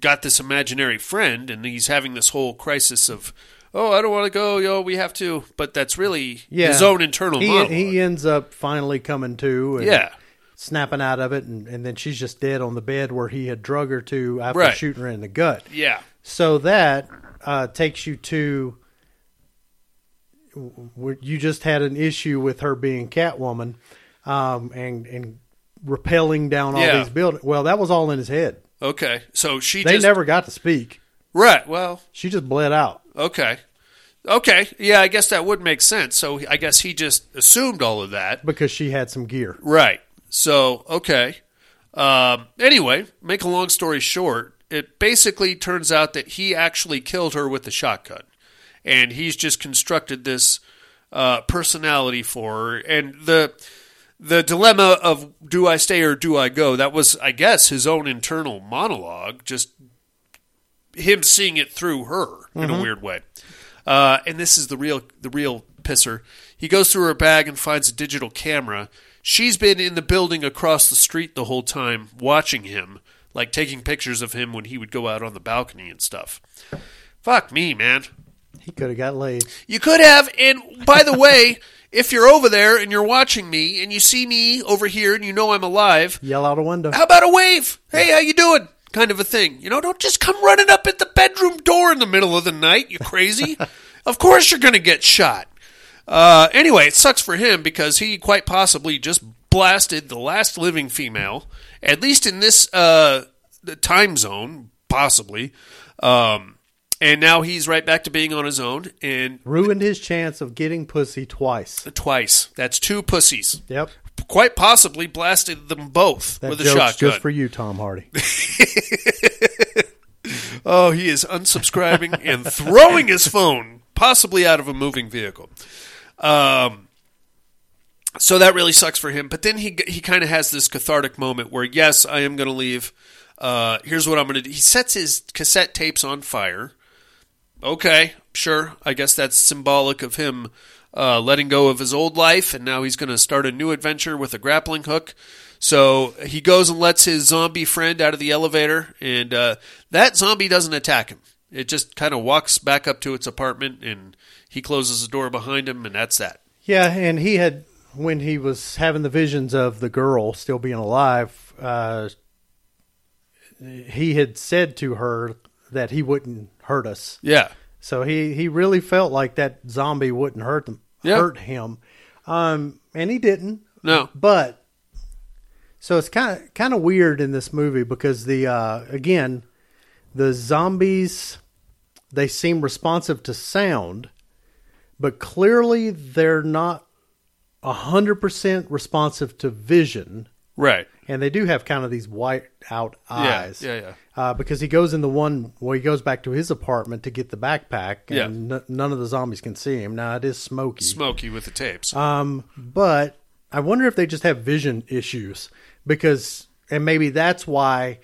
got this imaginary friend, and he's having this whole crisis of, oh, I don't want to go, yo, we have to, but that's really Yeah. his own internal he, monologue. He ends up finally coming to. And yeah, Snapping out of it, and, and then she's just dead on the bed where he had drug her to after Right. shooting her in the gut. yeah, So that uh, takes you to where you just had an issue with her being Catwoman um, and and rappelling down all Yeah. these buildings. Well, that was all in his head. okay. So she They just never got to speak. right. Well, She just bled out. Okay. Okay. Yeah, I guess that would make sense. So I guess he just assumed all of that. Because she had some gear. Right. So, okay. Um, anyway, make a long story short, it basically turns out that he actually killed her with the shotgun. And he's just constructed this uh, personality for her. And the the dilemma of do I stay or do I go, that was, I guess, his own internal monologue, just him seeing it through her in a weird way. Uh, and this is the real the real pisser. He goes through her bag and finds a digital camera. She's been in the building across the street the whole time watching him, like taking pictures of him when he would go out on the balcony and stuff. Fuck me, man. He could have got laid. You could have. And by the way, if you're over there and you're watching me and you see me over here and you know I'm alive, Yell out a window. how about a wave? Hey, how you doing? Kind of a thing. You know, don't just come running up at the bedroom door in the middle of the night. You crazy? of course you're going to get shot. Uh, anyway, it sucks for him because he quite possibly just blasted the last living female, at least in this uh, the time zone, possibly. Um, and now he's right back to being on his own and Ruined his chance of getting pussy twice. twice. That's two pussies. Yep. quite possibly blasted them both That with a joke's shotgun. just for you, Tom Hardy. Oh, he is unsubscribing and throwing his phone, possibly out of a moving vehicle. Um, so that really sucks for him. But then he he kind of has this cathartic moment where, yes, I am going to leave. Uh, here's what I'm going to do. He sets his cassette tapes on fire. Okay, sure. I guess that's symbolic of him uh, letting go of his old life, and now he's going to start a new adventure with a grappling hook. So he goes and lets his zombie friend out of the elevator, and uh, that zombie doesn't attack him. It just kind of walks back up to its apartment, and he closes the door behind him, and that's that. Yeah, and he had when he was having the visions of the girl still being alive. Uh, he had said to her that he wouldn't hurt us, Yeah. so he he really felt like that zombie wouldn't hurt them, Yeah. hurt him, um, and he didn't. No. But so it's kind of kind of weird in this movie because the uh, again the zombies they seem responsive to sound, but clearly they're not hundred percent responsive to vision, Right. and they do have kind of these white out Yeah, eyes. yeah, yeah. Uh, because he goes in the one well, he goes back to his apartment to get the backpack, and n- none of the zombies can see him. Now it is smoky. Smokey with the tapes. Um, but I wonder if they just have vision issues because, and maybe that's why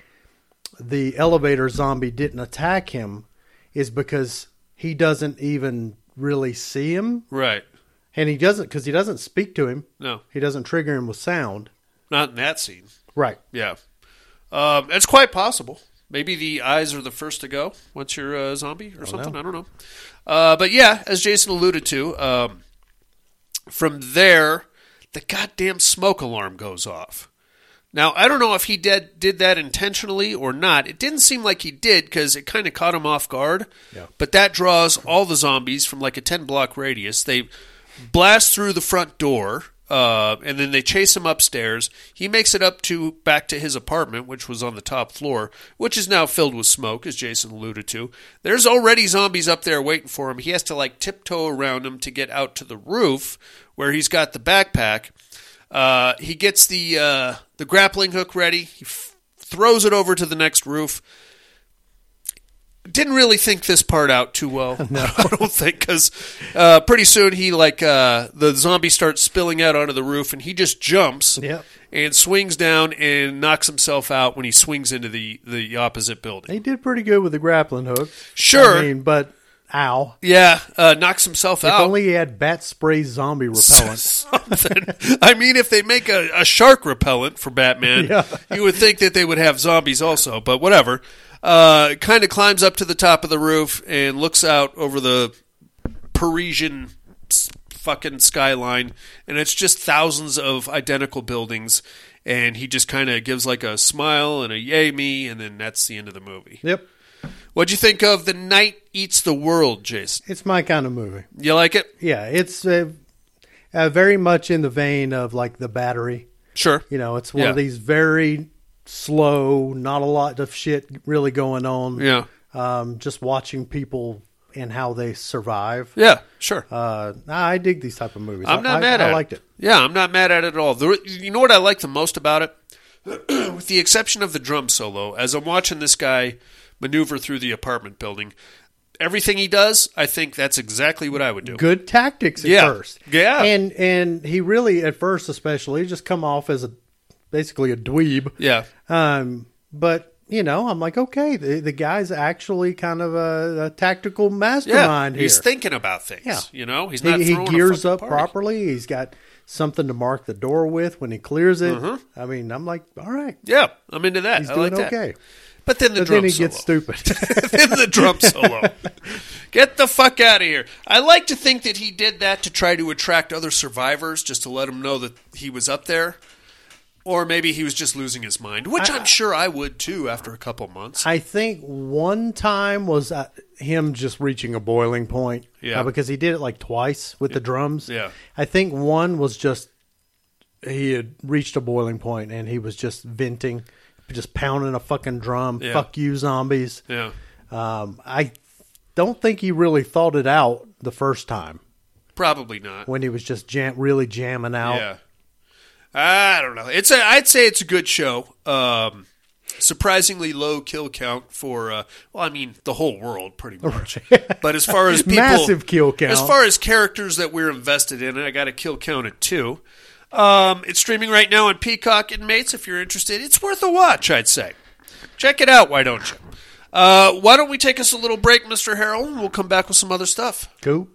the elevator zombie didn't attack him, is because he doesn't even really see him, right. and he doesn't because he doesn't speak to him. No, He doesn't trigger him with sound. not in that scene. Right. Yeah. Um, it's quite possible. Maybe the eyes are the first to go once you're a zombie or something. I don't know. Uh, but yeah, as Jason alluded to, um, from there, the goddamn smoke alarm goes off. Now, I don't know if he did, did that intentionally or not. It didn't seem like he did because it kind of caught him off guard. Yeah. But that draws all the zombies from like a 10 block radius. They blast through the front door. Uh, and then they chase him upstairs. He makes it up to back to his apartment, which was on the top floor, which is now filled with smoke, as Jason alluded to. There's already zombies up there waiting for him. He has to like tiptoe around them to get out to the roof where he's got the backpack. Uh, he gets the uh, the grappling hook ready. He f- throws it over to the next roof. Didn't really think this part out too well. I don't think because uh, pretty soon he like uh, the zombie starts spilling out onto the roof, and he just jumps Yep. and swings down and knocks himself out when he swings into the the opposite building. He did pretty good with the grappling hook. Sure, I mean, but ow. yeah, uh, knocks himself If out. only he had bat spray zombie repellent. something. I mean, if they make a, a shark repellent for Batman, Yeah. you would think that they would have zombies also, but whatever. Uh, kind of climbs up to the top of the roof and looks out over the Parisian s- fucking skyline, and it's just thousands of identical buildings. And he just kind of gives like a smile and a yay me, and then that's the end of the movie. yep. What'd you think of The Night Eats the World, Jason? It's my kind of movie. You like it? Yeah, it's uh, uh, very much in the vein of like the battery. Sure. You know, it's one of Yeah. these very slow, not a lot of shit really going on. Yeah. Um, just watching people and how they survive. Yeah, sure. Uh, I dig these type of movies. I'm I- not I, mad I at it. liked it. Yeah, I'm not mad at it at all. The, you know what I like the most about it? With the exception of the drum solo, as I'm watching this guy maneuver through the apartment building, everything he does, I think that's exactly what I would do. Good tactics at Yeah. first. Yeah. And and he really at first especially just come off as a basically a dweeb. Yeah. Um, but you know, I'm like, okay, the, the guy's actually kind of a, a tactical Yeah. mastermind here. He's thinking about things. Yeah. You know, he's not he, he throwing gears up properly. properly. He's got something to mark the door with when he clears it. I mean, I'm like, all right, Yeah, I'm into that. he's Mm-hmm. I doing like that. okay. But then the But drum then he solo. gets stupid. in the drum solo. Get the fuck out of here. I like to think that he did that to try to attract other survivors, just to let them know that he was up there. Or maybe he was just losing his mind, which I, am sure I would too after a couple months. I think one time was uh, him just reaching a boiling point. Yeah. Uh, because he did it like twice with the drums. Yeah. I think one was just he had reached a boiling point and he was just venting, just pounding a fucking drum. Yeah. Fuck you, zombies. yeah. Um, I don't think he really thought it out the first time Probably not. when he was just jam- really jamming out. Yeah. I don't know. It's a. I'd say it's a good show. Um, surprisingly low kill count for. Uh, well, I mean the whole world pretty much. but as far as people, Massive kill count. As far as characters that we're invested in, I got a kill count of two. Um, it's streaming right now on Peacock and Mates. If you're interested, it's worth a watch. I'd say. Check it out. Why don't you? Uh, why don't we take us a little break, Mister Harold? And we'll come back with some other stuff. Cool.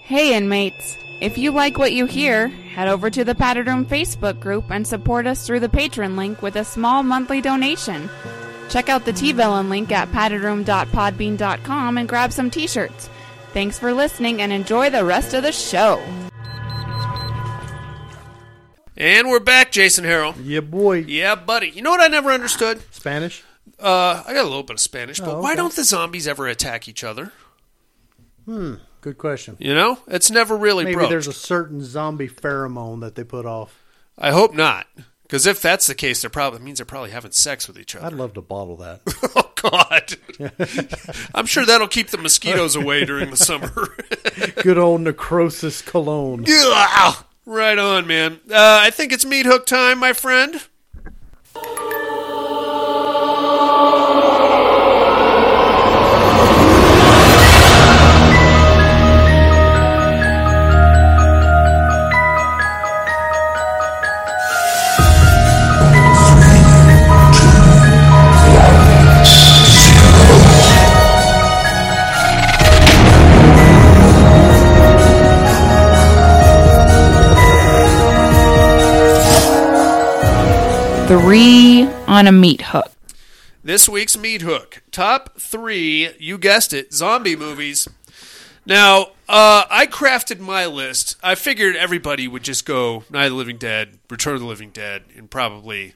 Hey, inmates. If you like what you hear, head over to the Padded Room Facebook group and support us through the patron link with a small monthly donation. Check out the T-Villain link at paddedroom.podbean.com and grab some t-shirts. Thanks for listening and enjoy the rest of the show. And we're back, Jason Harrell. Yeah, boy. Yeah, buddy. You know what I never understood? Spanish. Uh, I got a little bit of Spanish, but Oh, why okay. don't the zombies ever attack each other? Good question. You know, it's never really Maybe broached. there's a certain zombie pheromone that they put off. I hope not, because if that's the case, they're probably means they're probably having sex with each I'd other. love to bottle that. oh God, I'm sure that'll keep the mosquitoes away during the summer. Good old necrosis cologne. Ugh. right on, man. Uh, I think it's meat hook time, my friend. Three on a meat hook. This week's meat hook top three. You guessed it, zombie movies. Now, uh, I crafted my list. I figured everybody would just go Night of the Living Dead, Return of the Living Dead, and probably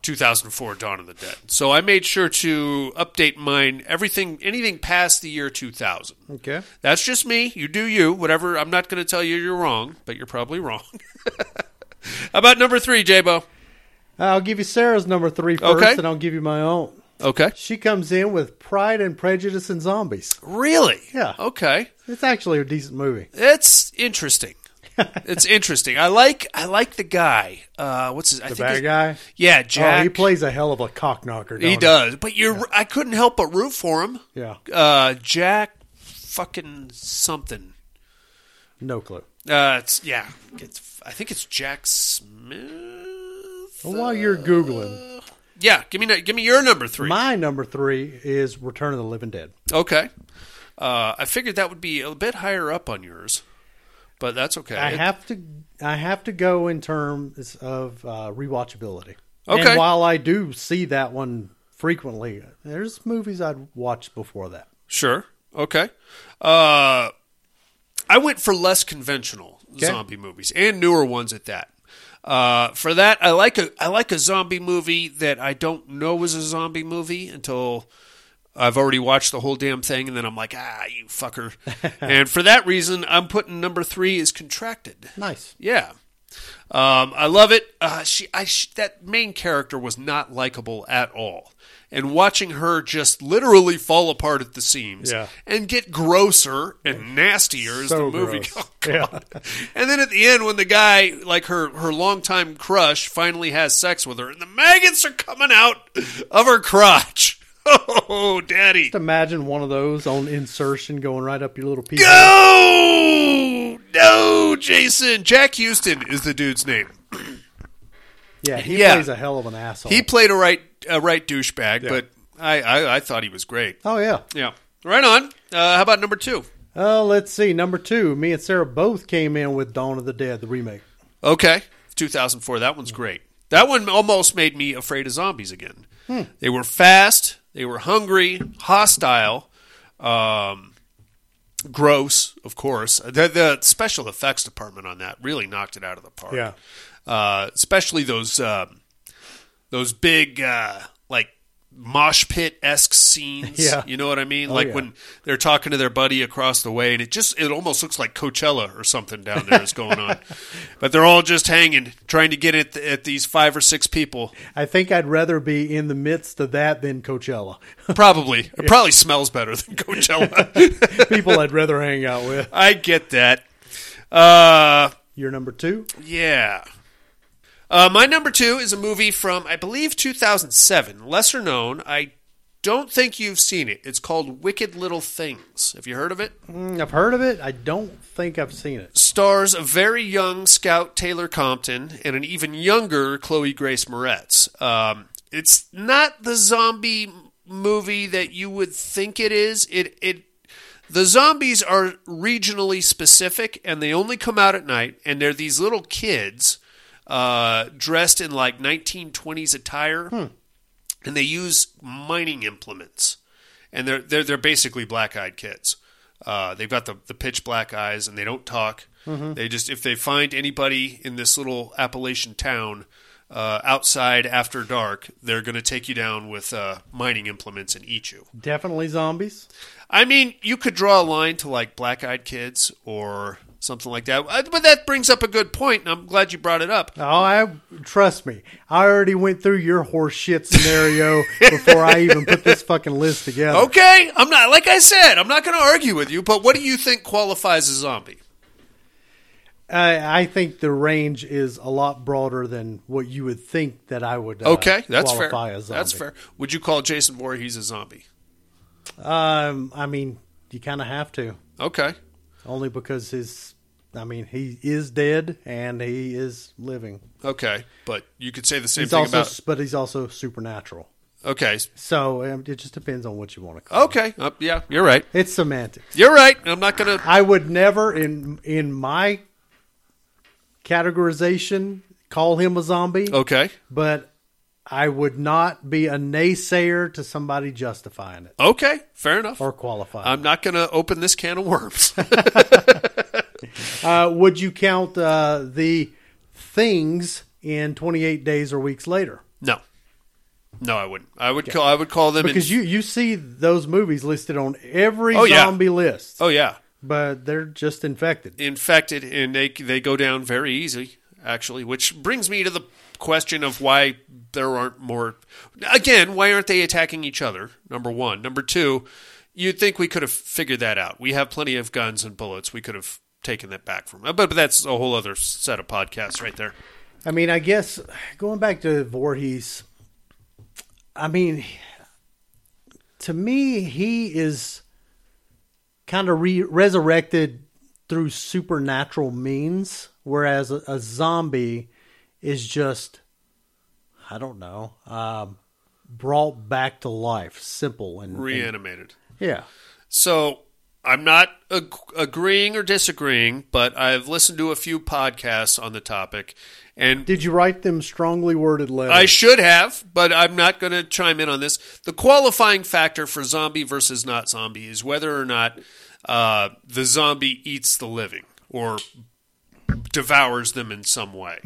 2004 Dawn of the Dead. So I made sure to update mine everything anything past the year 2000. Okay. That's just me. You do you. Whatever. I'm not going to tell you you're wrong, but you're probably wrong. How about number three, Jabo? I'll give you Sarah's number three first, Okay. and I'll give you my own. Okay. She comes in with Pride and Prejudice and Zombies. Really? Yeah. Okay. It's actually a decent movie. That's interesting. it's interesting. I like I like the guy. Uh, what's his? I The think bad his- guy. Yeah, Jack. Oh, he plays a hell of a cock knocker. He does. But you're. I couldn't help but root for him. Yeah. Uh, Jack, fucking something. No clue. Uh, it's yeah. It's I think it's Jack Smith. Well, while you're googling, Yeah. Give me give me your number three. my number three is Return of the Living Dead. Okay. Uh, I figured that would be a bit higher up on yours, but that's okay. I have to I have to go in terms of uh, rewatchability. Okay. And while I do see that one frequently, there's movies I'd watched before that. sure. Okay. Uh, I went for less conventional zombie movies and newer ones at that. Uh, for that, I like a I like a zombie movie that I don't know is a zombie movie until I've already watched the whole damn thing, and then I'm like, ah, you fucker. and for that reason, I'm putting number three is Contracted. Nice. Yeah. Um, I love it. Uh, she, I, sh that main character was not likable at all. And watching her just literally fall apart at the seams Yeah. and get grosser and nastier as So the movie goes. gross. And then at the end, when the guy, like her, her longtime crush, finally has sex with her, and the maggots are coming out of her crotch. Oh, daddy. Just imagine one of those on insertion going right up your little piece. No! No, Jason. Jack Houston is the dude's name. Yeah, he Yeah. plays a hell of an asshole. He played a right a right douchebag, but I, I I thought he was great. oh yeah. Yeah, right on. Uh, how about number two? Uh, let's see. Number two, me and Sarah both came in with Dawn of the Dead, the remake. Okay, 2004. That one's great. That one almost made me afraid of zombies again. They were fast. They were hungry, hostile, um, gross. Of course, the, the special effects department on that really knocked it out of the park. uh, especially those um, those big uh, like mosh pit esque scenes. Yeah. Oh, you know what I mean. like yeah. when they're talking to their buddy across the way, and it just it almost looks like Coachella or something down there is going on. But they're all just hanging, trying to get at, the, at these five or six people. I think I'd rather be in the midst of that than Coachella. Probably it probably smells better than Coachella. People I'd rather hang out with. I get that. Uh, You're number two. Yeah. Uh, my number two is a movie from, I believe, 2007. Lesser known. I don't think you've seen it. It's called Wicked Little Things. Have you heard of it? Mm, I've heard of it. I don't think I've seen it. Stars a very young scout Taylor Compton and an even younger Chloe Grace Moretz. Um, it's not the zombie movie that you would think it is. It it the zombies are regionally specific and they only come out at night and they're these little kids uh, dressed in like 1920s attire and they use mining implements and they're they're, they're basically black-eyed kids uh, they've got the, the pitch black eyes and they don't talk they just if they find anybody in this little appalachian town uh, outside after dark, they're going to take you down with uh, mining implements and eat you. Definitely zombies. I mean, you could draw a line to like Black Eyed Kids or something like that. Uh, But that brings up a good point, and I'm glad you brought it up. Oh, I trust me. I already went through your horse shit scenario before I even put this fucking list together. Okay, I'm not like I said, I'm not going to argue with you. But what do you think qualifies a zombie? I, I think the range is a lot broader than what you would think that I would. Uh, Okay, that's fair. qualify as That's zombie. fair. Would you call Jason Voorhees a zombie? Um, I mean, you kind of have to, Okay. only because his. I mean, he is dead and he is living. Okay, but you could say the same He's thing also, about. but he's also supernatural. Okay, So um, it just depends on what you want to call. okay, uh, yeah, you're right. it. It's semantics. You're right. I'm not gonna. I would never in in my categorization call him a zombie, Okay, but I would not be a naysayer to somebody justifying it okay, fair enough. or qualifying. I'm not gonna open this can of worms. Uh, would you count uh, the things in 28 days or weeks later? no, no, I wouldn't. I would call. I would call them in- Because you, you see those movies listed on every Oh, yeah. zombie list, Oh yeah, but they're just infected. infected, and they they go down very easy. Actually, which brings me to the question of why there aren't more. Again, why aren't they attacking each other? Number one. Number two. You'd think we could have figured that out. We have plenty of guns and bullets. We could have taken that back from. But, but that's a whole other set of podcasts right there. I mean, I guess going back to Voorhees, I mean, to me, he is kind of re- resurrected through supernatural means, whereas a, a zombie is just, I don't know, um, brought back to life, simple and, and- Reanimated. yeah. So I'm not ag- agreeing or disagreeing, but I've listened to a few podcasts on the topic, and Did you write them strongly worded letters? I should have, but I'm not going to chime in on this. The qualifying factor for zombie versus not zombie is whether or not uh, the zombie eats the living or devours them in some way.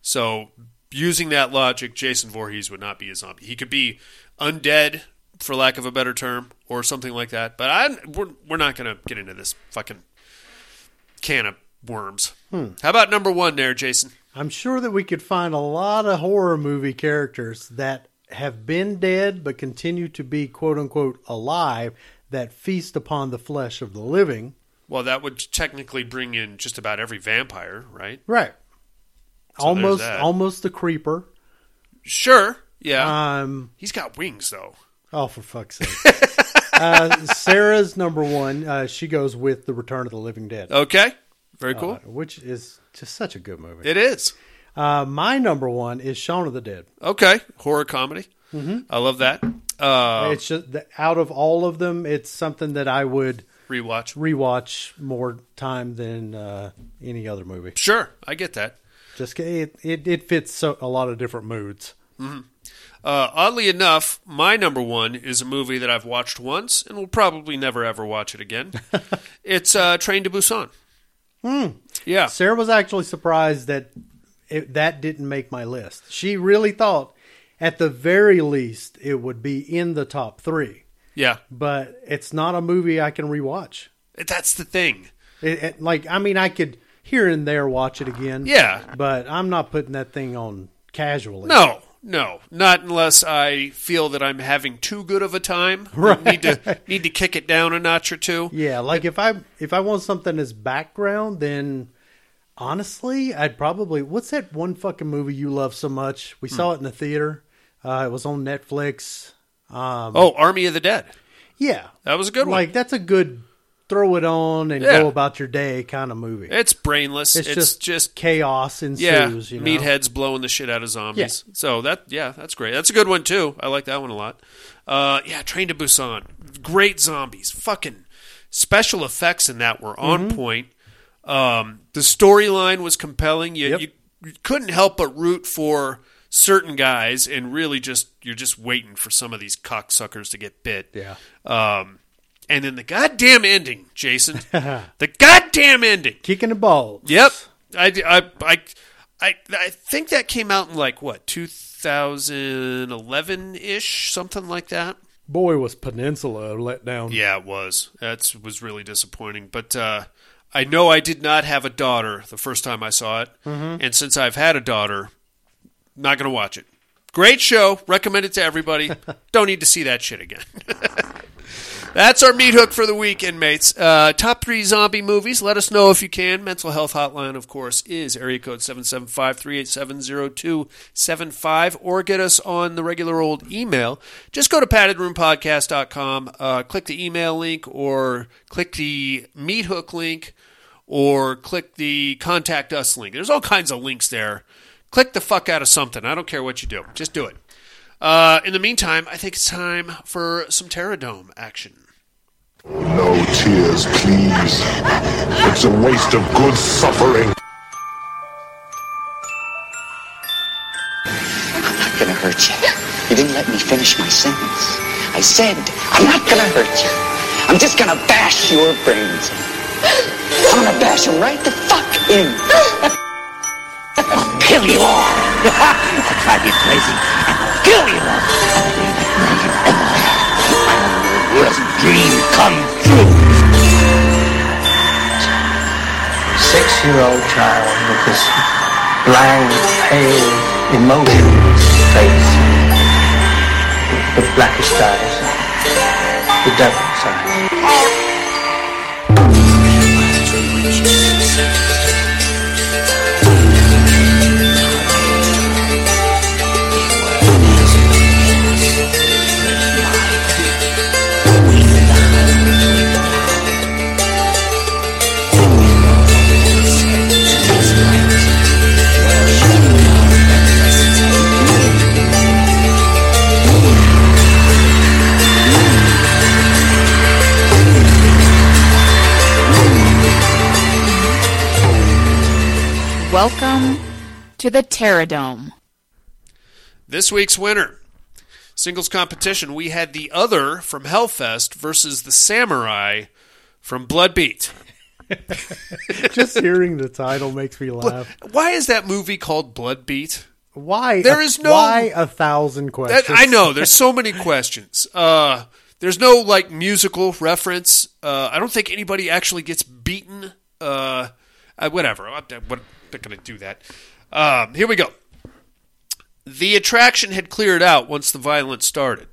So, using that logic, Jason Voorhees would not be a zombie. He could be undead, for lack of a better term, or something like that. But I, we're, we're not going to get into this fucking can of worms. How about number one there, Jason? I'm sure that we could find a lot of horror movie characters that have been dead but continue to be quote unquote alive that feast upon the flesh of the living. Well, that would technically bring in just about every vampire, right? Right. almost that. almost the creeper. Sure. Yeah. Um He's got wings, though. oh for fuck's sake. uh, Sarah's number one. Uh, she goes with the Return of the Living Dead, Okay. Very Oh, cool. uh, which is just such a good movie. it is. Uh, my number one is Shaun of the Dead. Okay. Horror comedy. Mm-hmm. I love that. Uh, it's just the, out of all of them, it's something that I would rewatch. rewatch more time than uh, any other movie. Sure. I get that. Just 'cause it it, it fits so, a lot of different moods. Uh, oddly enough, my number one is a movie that I've watched once and will probably never ever watch it again. it's uh, Train to Busan. Yeah. Sarah was actually surprised that it, that didn't make my list. She really thought, at the very least, it would be in the top three. Yeah. But it's not a movie I can rewatch. That's the thing. It, it- like I mean, I could here and there watch it again. Yeah. but I'm not putting that thing on casually. No, no, not unless I feel that I'm having too good of a time. Need to need to kick it down a notch or two. Yeah, like if I if I want something as background, then honestly, I'd probably what's that one fucking movie you love so much? Hmm. We saw it in the theater. Uh, it was on Netflix. Oh, Army of the Dead. Yeah, That was a good Um, like one. that's a good throw it on and Yeah. go about your day kind of movie. It's brainless. it's, It's, just just, chaos ensues. yeah, you know? meatheads blowing the shit out of zombies. So that yeah, that's great. That's a good one too. I like that one a lot. Uh, yeah, Train to Busan. Great zombies. Fucking special effects in that were on Mm-hmm. point. Um, the storyline was compelling. You, Yep. you you couldn't help but root for certain guys, and really just you're just waiting for some of these cocksuckers to get bit. Yeah. Um, and then the goddamn ending, Jason. the goddamn ending. Kicking the balls. Yep. I, I, I, I I think that came out in like what 2011 ish, something like that. Boy, was Peninsula let down. Yeah, it was. That was really disappointing. But uh, I know I did not have a daughter the first time I saw it, and since I've had a daughter, not going to watch it. Great show. Recommend it to everybody. Don't need to see that shit again. That's our meat hook for the week, inmates. Uh, top three zombie movies. Let us know if you can. Mental health hotline, of course, is area code 775-387-0275 or get us on the regular old email. Just go to paddedroompodcast.com, uh, click the email link or click the meat hook link or click the contact us link. There's all kinds of links there. Click the fuck out of something. I don't care what you do. Just do it. Uh, in the meantime, I think it's time for some Terradome action. No tears, please. It's a waste of good suffering. I'm not gonna hurt you. You didn't let me finish my sentence. I said, I'm not gonna hurt you. I'm just gonna bash your brains. in. I'm gonna bash them right the fuck in. I'll kill you all. I'll drive you crazy. and I'll kill you all. I'll make a dream come true. six-year-old child with this blank, pale, emotionless face, the blackest eyes, the devil's eyes. Welcome to the Terradome. This week's winner. Singles competition, we had the other from Hellfest versus the samurai from Bloodbeat. Just hearing the title makes me laugh. Why is that movie called Bloodbeat? Why? There a- is no- why a thousand questions. That, I know. There's so many questions. Uh, there's no like musical reference. Uh, I don't think anybody actually gets beaten. Uh, uh, whatever. I'm not, what- not going to do that. Um, here we go. The attraction had cleared out once the violence started.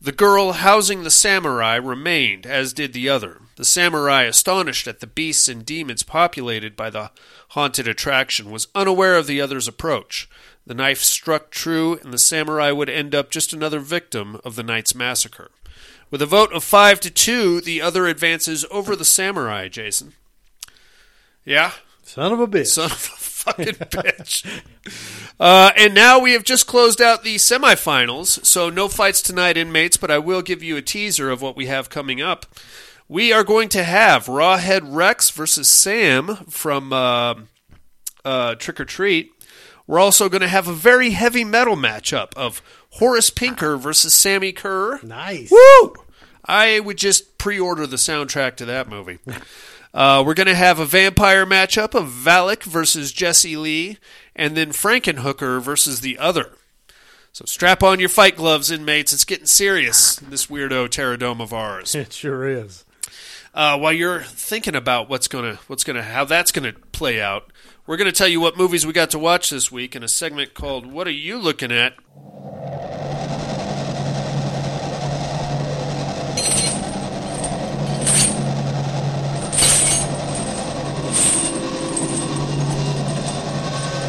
The girl housing the samurai remained, as did the other. The samurai, astonished at the beasts and demons populated by the haunted attraction, was unaware of the other's approach. The knife struck true, and the samurai would end up just another victim of the night's massacre. With a vote of five to two, the other advances over the samurai, Jason. Yeah? Son of a bitch. Son of a fucking bitch. Uh, and now we have just closed out the semifinals, so no fights tonight, inmates, but I will give you a teaser of what we have coming up. We are going to have Rawhead Rex versus Sam from um uh, Trick or Treat. We're also going to have a very heavy metal matchup of Horace Pinker versus Sammy Kerr. nice. Woo! I would just pre-order the soundtrack to that movie. Uh, we're going to have a vampire matchup of Valak versus Jesse Lee, and then Frankenhooker versus the other. So strap on your fight gloves, inmates. It's getting serious. in This weirdo terradome of ours. It sure is. Uh, while you're thinking about what's gonna, what's gonna, how that's gonna play out, we're gonna tell you what movies we got to watch this week in a segment called "What Are You Looking At."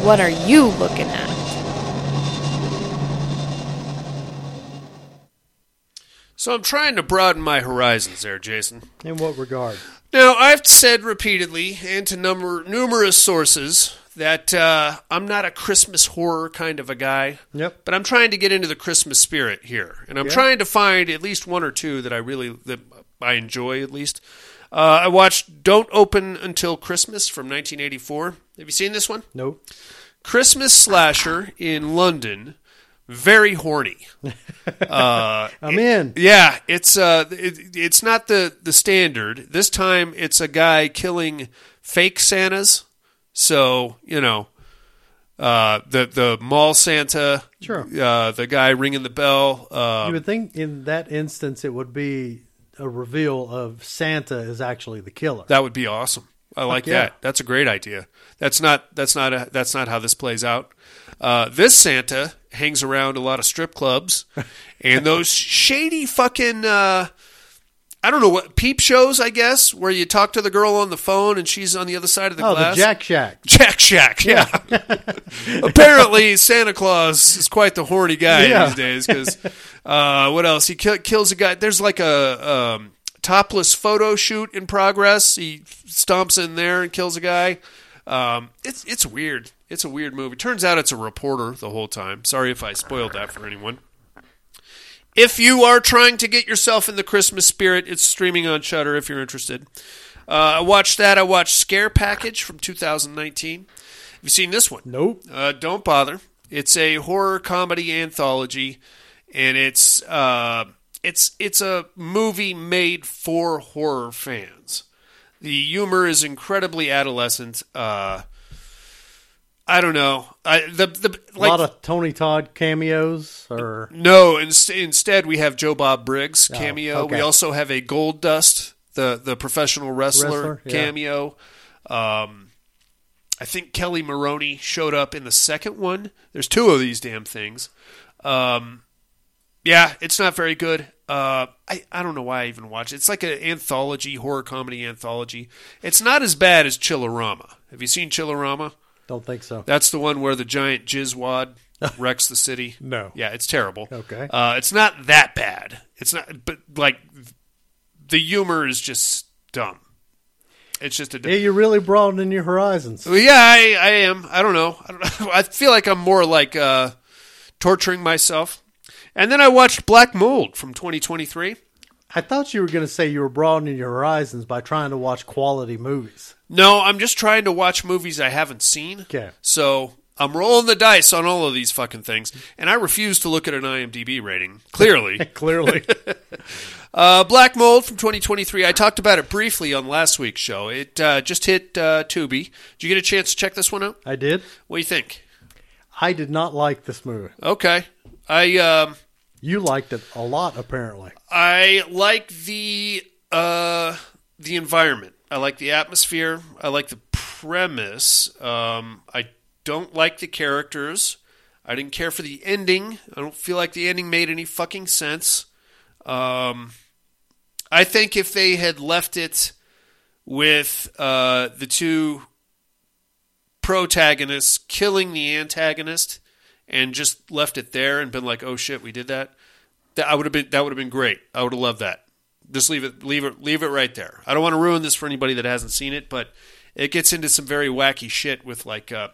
What are you looking at? So I'm trying to broaden my horizons, there, Jason. In what regard? Now, I've said repeatedly and to number numerous sources that uh, I'm not a Christmas horror kind of a guy. Yep. But I'm trying to get into the Christmas spirit here, and I'm trying to find at least one or two that I really that I enjoy at least. Uh, I watched "Don't Open Until Christmas" from 1984. Have you seen this one? Nope. Christmas slasher in London, very horny. I'm in. Yeah, it's uh, it, it's not the the standard. This time, it's a guy killing fake Santas. So you know, Uh, the the mall Santa, Sure. Uh, the guy ringing the bell. Uh, you would think in that instance it would be a reveal of Santa is actually the killer. That would be awesome. I like yeah. that. That's a great idea. That's not that's not a, that's not how this plays out. Uh, this Santa hangs around a lot of strip clubs and those shady fucking uh, I don't know what peep shows, I guess, where you talk to the girl on the phone and she's on the other side of the oh, glass. the Jack Shack. Jack Shack, yeah. Apparently, Santa Claus is quite the horny guy Yeah. these days. Because uh, what else? He ki- kills a guy. There's like a um, topless photo shoot in progress. He stomps in there and kills a guy. Um, it's it's weird. It's a weird movie. Turns out it's a reporter the whole time. Sorry if I spoiled that for anyone. If you are trying to get yourself in the Christmas spirit, it's streaming on Shutter if you're interested. Uh, I watched that. I watched Scare Package from 2019. Have you seen this one? Nope. Uh, don't bother. It's a horror comedy anthology, and it's uh, it's it's a movie made for horror fans. The humor is incredibly adolescent. Uh, I don't know. I, the the A lot of Tony Todd cameos, or no, inst- instead we have Joe Bob Briggs cameo. Oh, okay. We also have a Gold Dust, the the professional wrestler, Wrestler, yeah. cameo. Um, I think Kelly Maroney showed up in the second one. There's two of these damn things. Um, yeah, it's not very good. Uh, I, I don't know why I even watch it. It's like an anthology, horror comedy anthology. It's not as bad as Chillerama. Have you seen Chillerama? don't think so. That's the one where the giant jizzwad wrecks the city. No. Yeah, it's terrible. Okay. Uh, it's not that bad. It's not, but like the humor is just dumb. It's just a. Yeah, you're really broadening your horizons. Well, yeah, I, I am. I don't know. I, don't know. I feel like I'm more like uh, torturing myself. And then I watched Black Mold from 2023. I thought you were going to say you were broadening your horizons by trying to watch quality movies. No, I'm just trying to watch movies I haven't seen. Okay. So I'm rolling the dice on all of these fucking things, and I refuse to look at an IMDb rating. Clearly. Clearly. Uh, Black Mold from 2023. I talked about it briefly on last week's show. It uh, just hit uh, Tubi. Did you get a chance to check this one out? I did. What do you think? I did not like this movie. Okay, I um, You liked it a lot, apparently. I like the uh, the environment. I like the atmosphere. I like the premise. Um, I don't like the characters. I didn't care for the ending. I don't feel like the ending made any fucking sense. Um, I think if they had left it with uh, the two protagonists killing the antagonist and just left it there and been like, "Oh shit, we did that." That I would have been that would have been great. I would have loved that. Just leave it leave it leave it right there. I don't want to ruin this for anybody that hasn't seen it, but it gets into some very wacky shit with like uh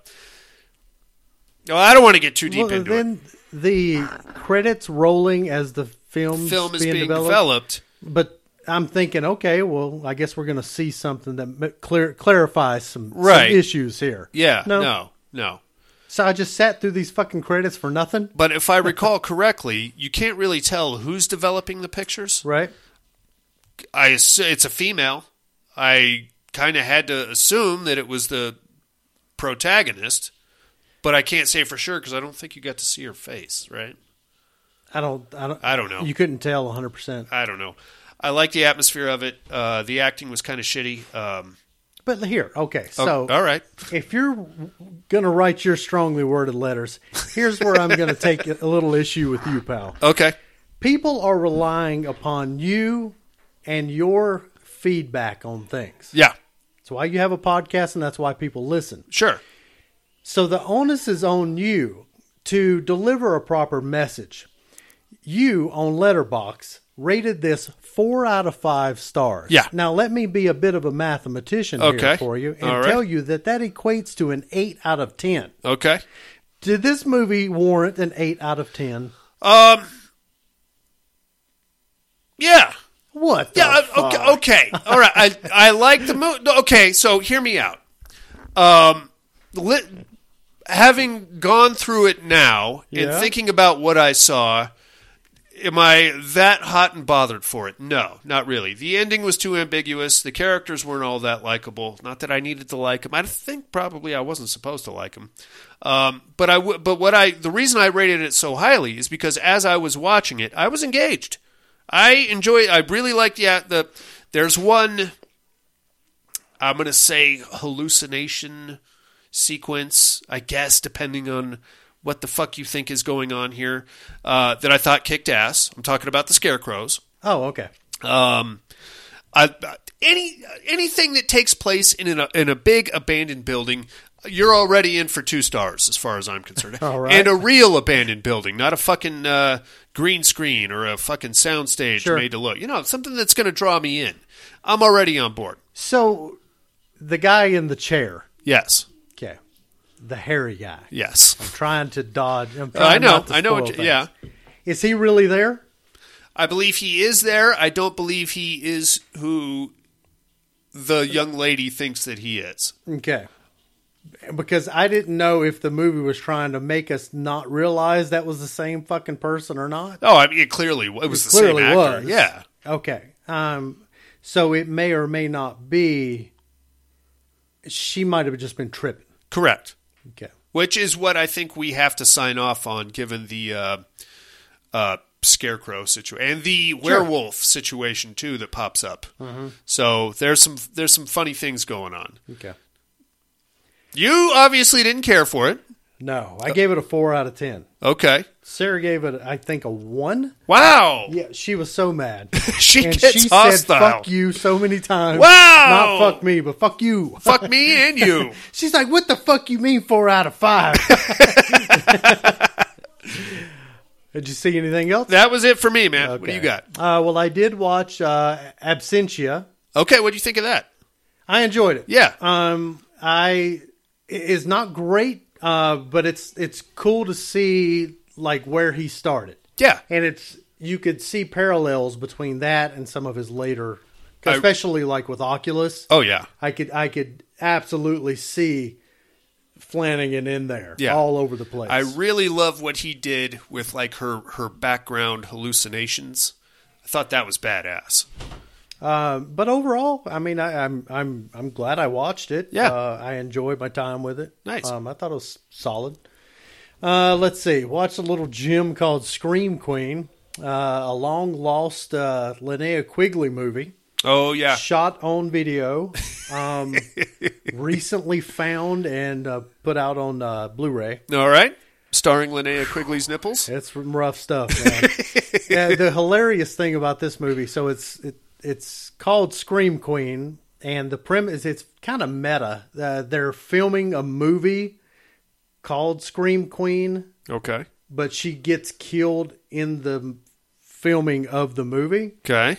Oh, I don't want to get too deep Well, into then the credits rolling as the it. film's Film is being, developed, developed. But I'm thinking, okay, well, I guess we're going to see something that ma- clear, clarifies some, some Right. issues here. Yeah. No. No. No. So I just sat through these fucking credits for nothing, But if I recall correctly, you can't really tell who's developing the pictures. right? I ass- it's a female. I kind of had to assume that it was the protagonist, but I can't say for sure because I don't think you got to see her face. Right? I don't, I don't, I don't know. You couldn't tell 100%. I don't know. I like the atmosphere of it. Uh, the acting was kind of shitty. Um, But here, okay, oh, so all right, if you're going to write your strongly worded letters, here's where I'm going to take a little issue with you, pal. okay, People are relying upon you and your feedback on things. yeah, That's why you have a podcast and that's why people listen. sure, So the onus is on you to deliver a proper message. You on Letterbox rated this four out of five stars. Yeah. Now let me be a bit of a mathematician Okay. here for you and All right. tell you that that equates to an eight out of ten. okay. Did this movie warrant an eight out of ten? Um, yeah, What? the yeah. I- fuck? okay, okay, all right. I I like the movie. Okay, so hear me out. Um, lit, having gone through it now Yeah. and thinking about what I saw, am I that hot and bothered for it? No, not really. The ending was too ambiguous. The characters weren't all that likable. Not that I needed to like them. I think probably I wasn't supposed to like them. Um, but I w- but what I the reason I rated it so highly is because as I was watching it, I was engaged. I enjoy. I really liked. Yeah, the there's one. I'm gonna say hallucination sequence. I guess depending on what the fuck you think is going on here uh, that I thought kicked ass. I'm talking about the scarecrows. Oh, okay. Um, I, any anything that takes place in a in a big abandoned building, you're already in for two stars as far as I'm concerned. All right. And a real abandoned building, not a fucking uh, green screen or a fucking soundstage Sure. made to look. You know, something that's going to draw me in. I'm already on board. So, the guy in the chair. Yes. Okay. The hairy guy. Yes. I'm trying to dodge. I'm Oh, I trying know. not to I know. spoil What you, things. yeah. Is he really there? I believe he is there. I don't believe he is who the young lady thinks that he is. Okay. Because I didn't know if the movie was trying to make us not realize that was the same fucking person or not. Oh, I mean, it clearly it was It the clearly same actor. was. Yeah, Okay. Um. So it may or may not be. She might have just been tripping. correct. Okay. Which is what I think we have to sign off on, given the uh, uh, scarecrow situation and the werewolf situation too that pops up. Mhm. So there's some there's some funny things going on. Okay. You obviously didn't care for it. No, I gave it a four out of ten. Okay. Sarah gave it, I think, a one. Wow. Yeah, she was so mad. She and gets she hostile. said "fuck you" so many times. Wow. Not fuck me, but fuck you. Fuck me and you. She's like, "What the fuck you mean four out of five? Did you see anything else? That was it for me, man. What do you got? Uh, well, I did watch uh, Absentia. Okay, what do you think of that? I enjoyed it. Yeah. Um, I it is not great, uh, but it's it's cool to see like where he started. Yeah. and it's you could see parallels between that and some of his later, I- especially like with Oculus. Oh yeah. I could I could absolutely see Flanagan in there, Yeah. all over the place. I really love what he did with like her her background hallucinations. I thought that was badass. Um, but overall, I mean, I, I'm I'm I'm glad I watched it. Yeah. uh, I enjoyed my time with it. Nice. Um, I thought it was solid. Uh, let's see. Watched a little gym called Scream Queen, uh, a long lost uh, Linnea Quigley movie. Oh yeah. Shot on video, um, recently found and uh, put out on uh, Blu-ray. All right. Starring Linnea Quigley's nipples. It's some rough stuff, man. yeah, the hilarious thing about this movie, so it's it, it's called Scream Queen, and the premise it's kind of meta. Uh, they're filming a movie called Scream Queen, Okay. but she gets killed in the filming of the movie. Okay.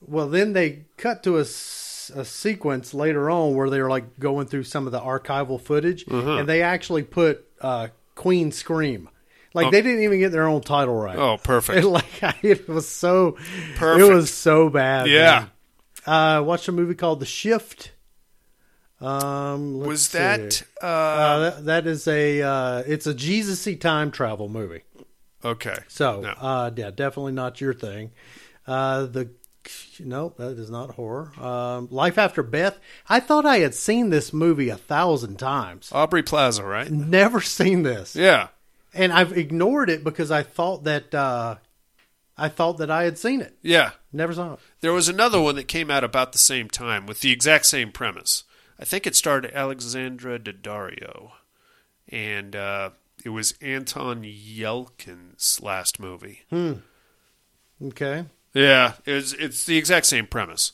Well, then they cut to a, s- a sequence later on where they were like going through some of the archival footage, Mhm. and they actually put uh, Queen Scream. Like they didn't even get their own title right. Oh, perfect. It, like it was so Perfect. It was so bad. Yeah. man. Uh, I watched a movie called The Shift. Um, let's Was see. that, uh, that that is a uh, it's a Jesusy time travel movie. Okay. So, No. uh, yeah, definitely not your thing. Uh, the no, that is not horror. Um, Life After Beth. I thought I had seen this movie a thousand times. Aubrey Plaza, right? Never seen this, Yeah. and I've ignored it because I thought that uh, I thought that I had seen it. Yeah. Never saw it. There was another one that came out about the same time with the exact same premise. I think it starred Alexandra Daddario, and uh, it was Anton Yelkin's last movie. Hmm. Okay. Yeah, it's it's the exact same premise.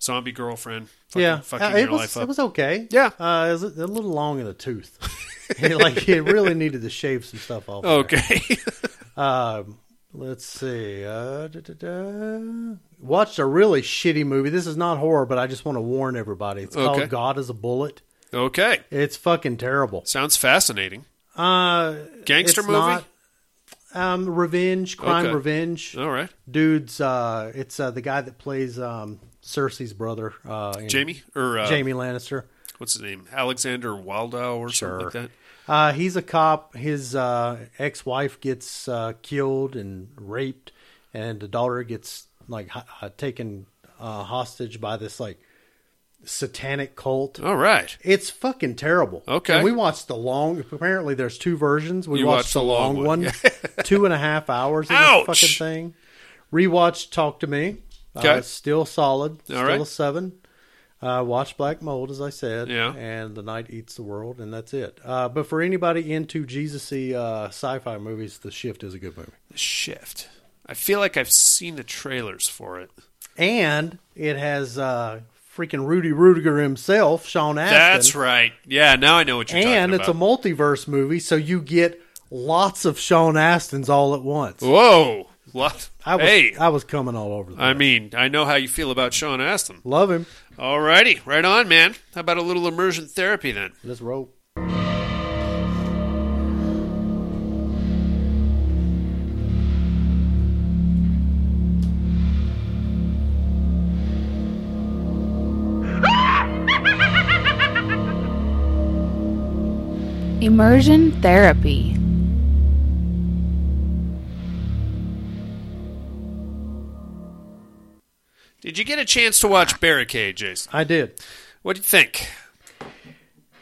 Zombie girlfriend. Fucking, Hmm. yeah. fucking Uh, it your was life it up. was okay. Yeah. Uh, it was a, a little long in the tooth. like it really needed to shave some stuff off. Oh, there. okay. Um, let's see. Uh, da, da, da. Watched a really shitty movie. This is not horror, but I just want to warn everybody. It's Okay. called God is a Bullet. okay. It's fucking terrible. Sounds fascinating. Uh, Gangster it's movie? not- um, revenge, crime, Okay. revenge. All right. Dude's. Uh, it's uh, the guy that plays um, Cersei's brother, uh, in- Jamie or uh, Jamie Lannister. What's his name? Alexander Waldau or something like that. Uh, he's a cop. His uh, ex-wife gets uh, killed and raped, and the daughter gets like ho- uh, taken uh, hostage by this like satanic cult. All right. It's fucking terrible. Okay. And we watched the long. Apparently, there's two versions. We You watched, watched the the long, long one, one. two and a half hours of Ouch! this fucking thing. Rewatched Talk to Me. Uh, Okay. it's still solid. still right. a seven. Uh, watch Black Mold, as I said. Yeah. And The Night Eats the World, and that's it. Uh, but for anybody into Jesus-y uh, sci-fi movies, The Shift is a good movie. The Shift. I feel like I've seen the trailers for it. And it has uh, freaking Rudy Rudiger himself, Sean Astin. That's right. Yeah, now I know what you're and talking it's a about. multiverse movie, so you get lots of Sean Astin's all at once. Whoa. What? I was, hey, I was coming all over. Them. I mean, I know how you feel about Sean Astin. Love him. Alrighty, right on, man. How about a little immersion therapy then? Let's roll. Immersion therapy. Did you get a chance to watch Barricade, Jason? I did. What do you think?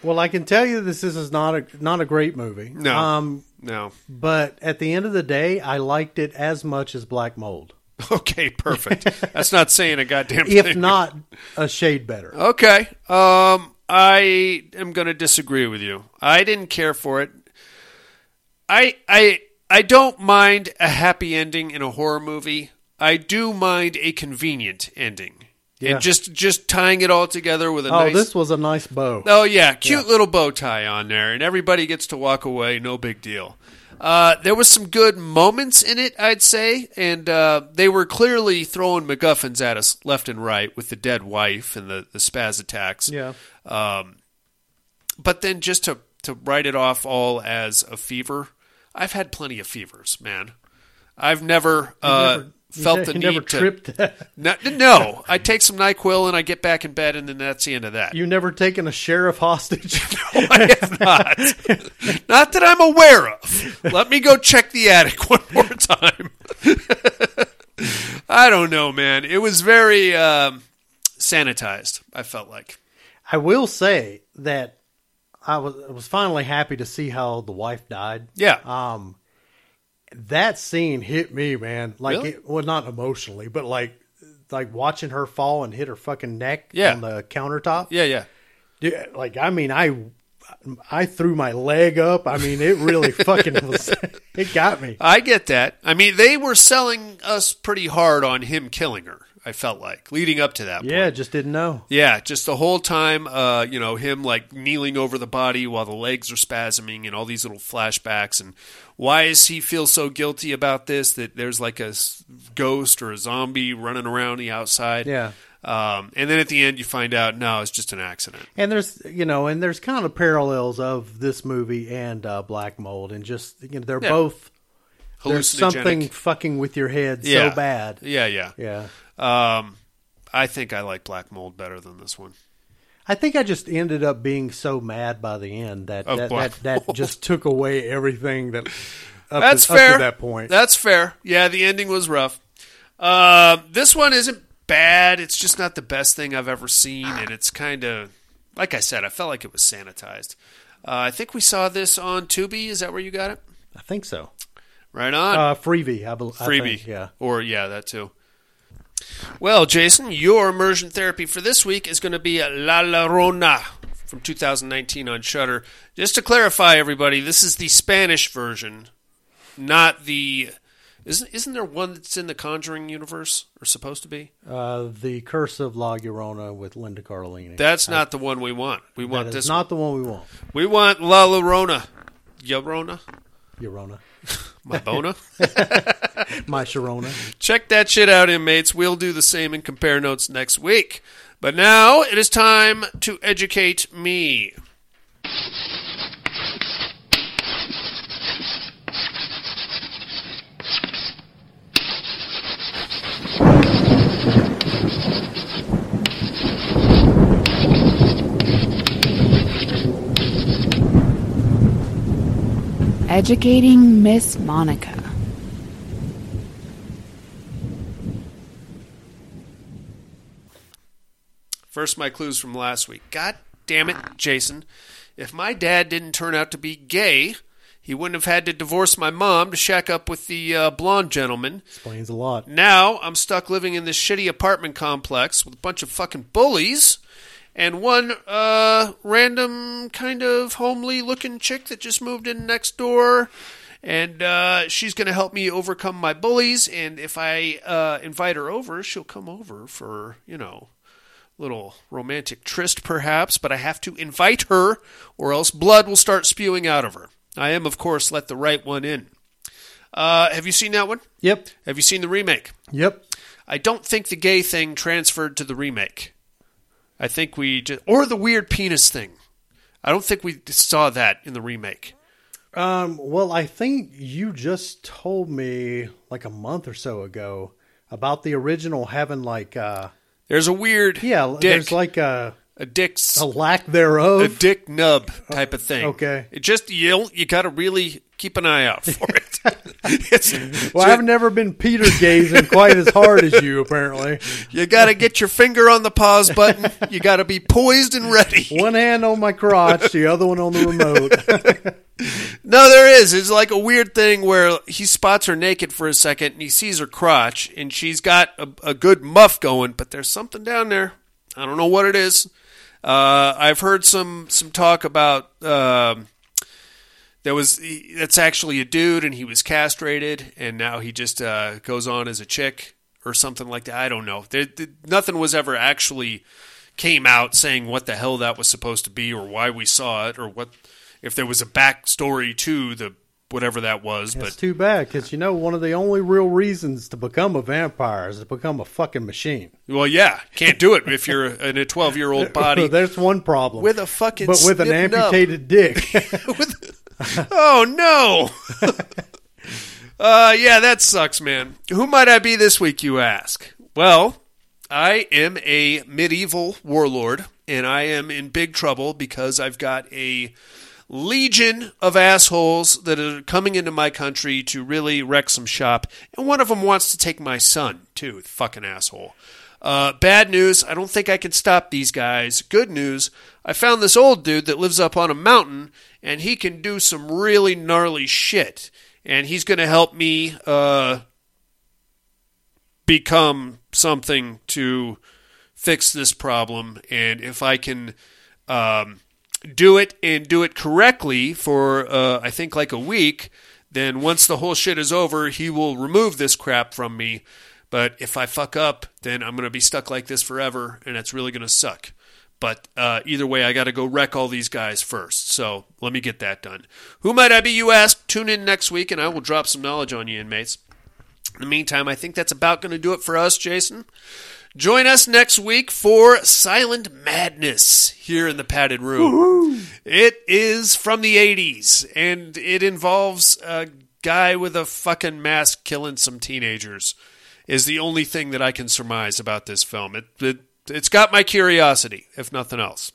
Well, I can tell you this, this is not a not a great movie. No. Um, No. but at the end of the day, I liked it as much as Black Mold, Okay, perfect. That's not saying a goddamn thing. if not a shade better. Okay. Um, I am going to disagree with you. I didn't care for it. I I I don't mind a happy ending in a horror movie. I do mind a convenient ending. Yeah. And just just tying it all together with a Oh, nice this was a nice bow. Oh yeah, cute little bow tie on there, and everybody gets to walk away. No big deal. Uh, there was some good moments in it, I'd say, and uh, they were clearly throwing MacGuffins at us left and right with the dead wife and the the spaz attacks. Yeah. Um, but then just to to write it off all as a fever, I've had plenty of fevers, man. I've never, uh, felt You the need never to tripped. No, no, I take some Nyquil and I get back in bed, and then that's the end of that. you never taken a sheriff hostage. I have not. not that I'm aware of. Let me go check the attic one more time. I don't know, man. It was very um, sanitized. I felt like. I will say that I was I was finally happy to see how the wife died. Yeah. Um, that scene hit me, man. Like, Really? it, well, not emotionally, but like, like watching her fall and hit her fucking neck Yeah. on the countertop. yeah, yeah. Dude, like, I mean, I, I threw my leg up. I mean, it really fucking was. It got me. I get that. I mean, they were selling us pretty hard on him killing her. I felt like leading up to that. point. Yeah, just didn't know. Yeah, just the whole time, uh, you know, him like kneeling over the body while the legs are spasming and all these little flashbacks. And why does he feel so guilty about this that there's like a s- ghost or a zombie running around the outside? Yeah. Um, and then at the end, you find out, no, it's just an accident. And there's, you know, and there's kind of parallels of this movie and uh, Black Mold, and just you know, they're Yeah. both there's Hallucinogenic. something fucking with your head Yeah. so bad. Yeah, yeah. Yeah. Um, I think I like Black Mold better than this one. I think I just ended up being so mad by the end that Of that, that, Black that Mold. just took away everything that up That's to, fair. up to that point. That's fair. Yeah, the ending was rough. Uh, this one isn't bad. It's just not the best thing I've ever seen, and it's kind of like I said. I felt like it was sanitized. Uh, I think we saw this on Tubi. Is that where you got it? I think so. Right on Uh, freebie, I believe. freebie. yeah. Or yeah, that too. Well, Jason, your immersion therapy for this week is going to be La Llorona from 2019 on Shutter. Just to clarify, everybody, this is the Spanish version, not the. Isn't isn't there one that's in the Conjuring universe or supposed to be? Uh, the Curse of La Llorona with Linda Carlini. That's not the one we want. We That want is this. not the one we want, one. We want La Llorona. Llorona, Llorona. my bona. My Sharona. Check that shit out, inmates. We'll do the same and compare notes next week. But now it is time to educate me. Educating Miss Monica. First, my clues from last week. God damn it, Jason. If my dad didn't turn out to be gay, he wouldn't have had to divorce my mom to shack up with the uh, blonde gentleman. Explains a lot. Now I'm stuck living in this shitty apartment complex with a bunch of fucking bullies and one uh, random kind of homely looking chick that just moved in next door. And uh, she's going to help me overcome my bullies. And if I uh, invite her over, she'll come over for, you know, little romantic tryst perhaps, but I have to invite her or else blood will start spewing out of her. I am, of course, let the right one in. Uh, have you seen that one? Yep. Have you seen the remake? Yep. I don't think the gay thing transferred to the remake. I think we just, or the weird penis thing. I don't think we saw that in the remake. Um, well, I think you just told me like a month or so ago about the original having like uh There's a weird yeah, dick, there's like a a dick's a lack thereof. a dick nub type of thing. Okay. It just you don't- you got to really keep an eye out for it. It's- well, I've never been Peter gazing quite as hard as you apparently. you got to get your finger on the pause button. You got to be poised and ready. One hand on my crotch, the other one on the remote. No, there is. It's like a weird thing where he spots her naked for a second and he sees her crotch and she's got a, a good muff going, but there's something down there. I don't know what it is. Uh, I've heard some some talk about um, there was he- that's actually a dude and he was castrated and now he just uh, goes on as a chick or something like that. I don't know. There, there, nothing was ever actually came out saying what the hell that was supposed to be or why we saw it or what if there was a backstory to the whatever that was. It's But too bad because you know one of the only real reasons to become a vampire is to become a fucking machine. well, yeah, can't do it if you're in a 12 year old body There's one problem with a fucking but with an snip nub. amputated dick. With- oh no. uh, yeah, that sucks, man. Who might I be this week, you ask? Well, I am a medieval warlord, and I am in big trouble because I've got a legion of assholes that are coming into my country to really wreck some shop, and one of them wants to take my son too. the Fucking asshole. Uh, bad news. I don't think I can stop these guys. Good news. I found this old dude that lives up on a mountain, and he can do some really gnarly shit. And he's going to help me uh, become something to fix this problem. And if I can um, do it and do it correctly for, uh, I think, like a week, then once the whole shit is over, he will remove this crap from me. But if I fuck up, then I'm going to be stuck like this forever, and it's really going to suck. But uh, either way, I got to go wreck all these guys first. So let me get that done. Who might I be, you ask? Tune in next week, and I will drop some knowledge on you, inmates. In the meantime, I think that's about going to do it for us, Jason. Join us next week for Silent Madness here in the padded room. It is from the 80s, and it involves a guy with a fucking mask killing some teenagers, is the only thing that I can surmise about this film. It, it, it's got my curiosity, if nothing else.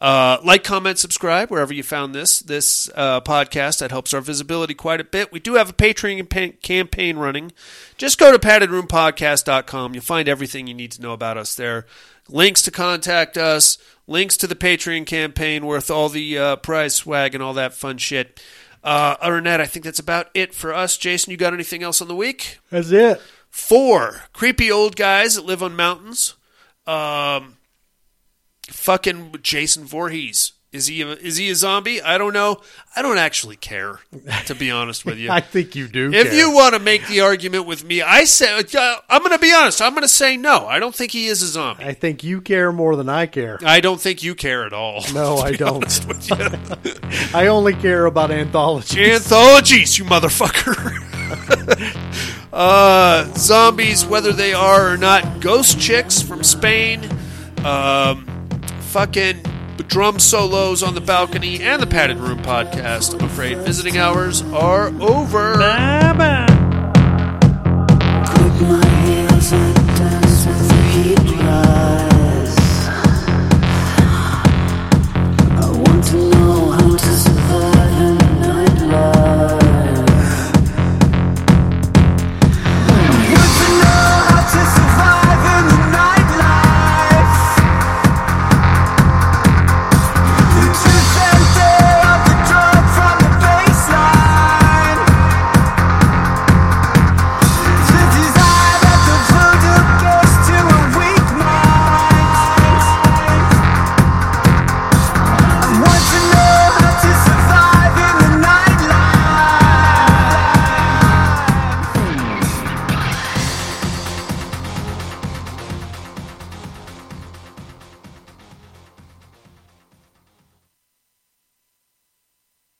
Uh, like, comment, subscribe wherever you found this this uh, podcast. That helps our visibility quite a bit. We do have a Patreon campa- campaign running. Just go to paddedroompodcast.com. You'll find everything you need to know about us there. Links to contact us, links to the Patreon campaign worth all the uh, prize swag and all that fun shit. Uh, other than that, I think that's about it for us. Jason, you got anything else on the week? That's it. Four creepy old guys that live on mountains. Um, fucking Jason Voorhees. Is he a, is he a zombie? I don't know. I don't actually care, to be honest with you. I think you do. if care. you want to make the argument with me, I say uh, I'm going to be honest. I'm going to say no. I don't think he is a zombie. I think you care more than I care. I don't think you care at all. No, I don't. honest with you. I only care about anthology. Anthologies, you motherfucker. uh, zombies, whether they are or not, ghost chicks from Spain, um, fucking drum solos on the balcony, and the padded room podcast. I'm afraid visiting hours are over. Good night.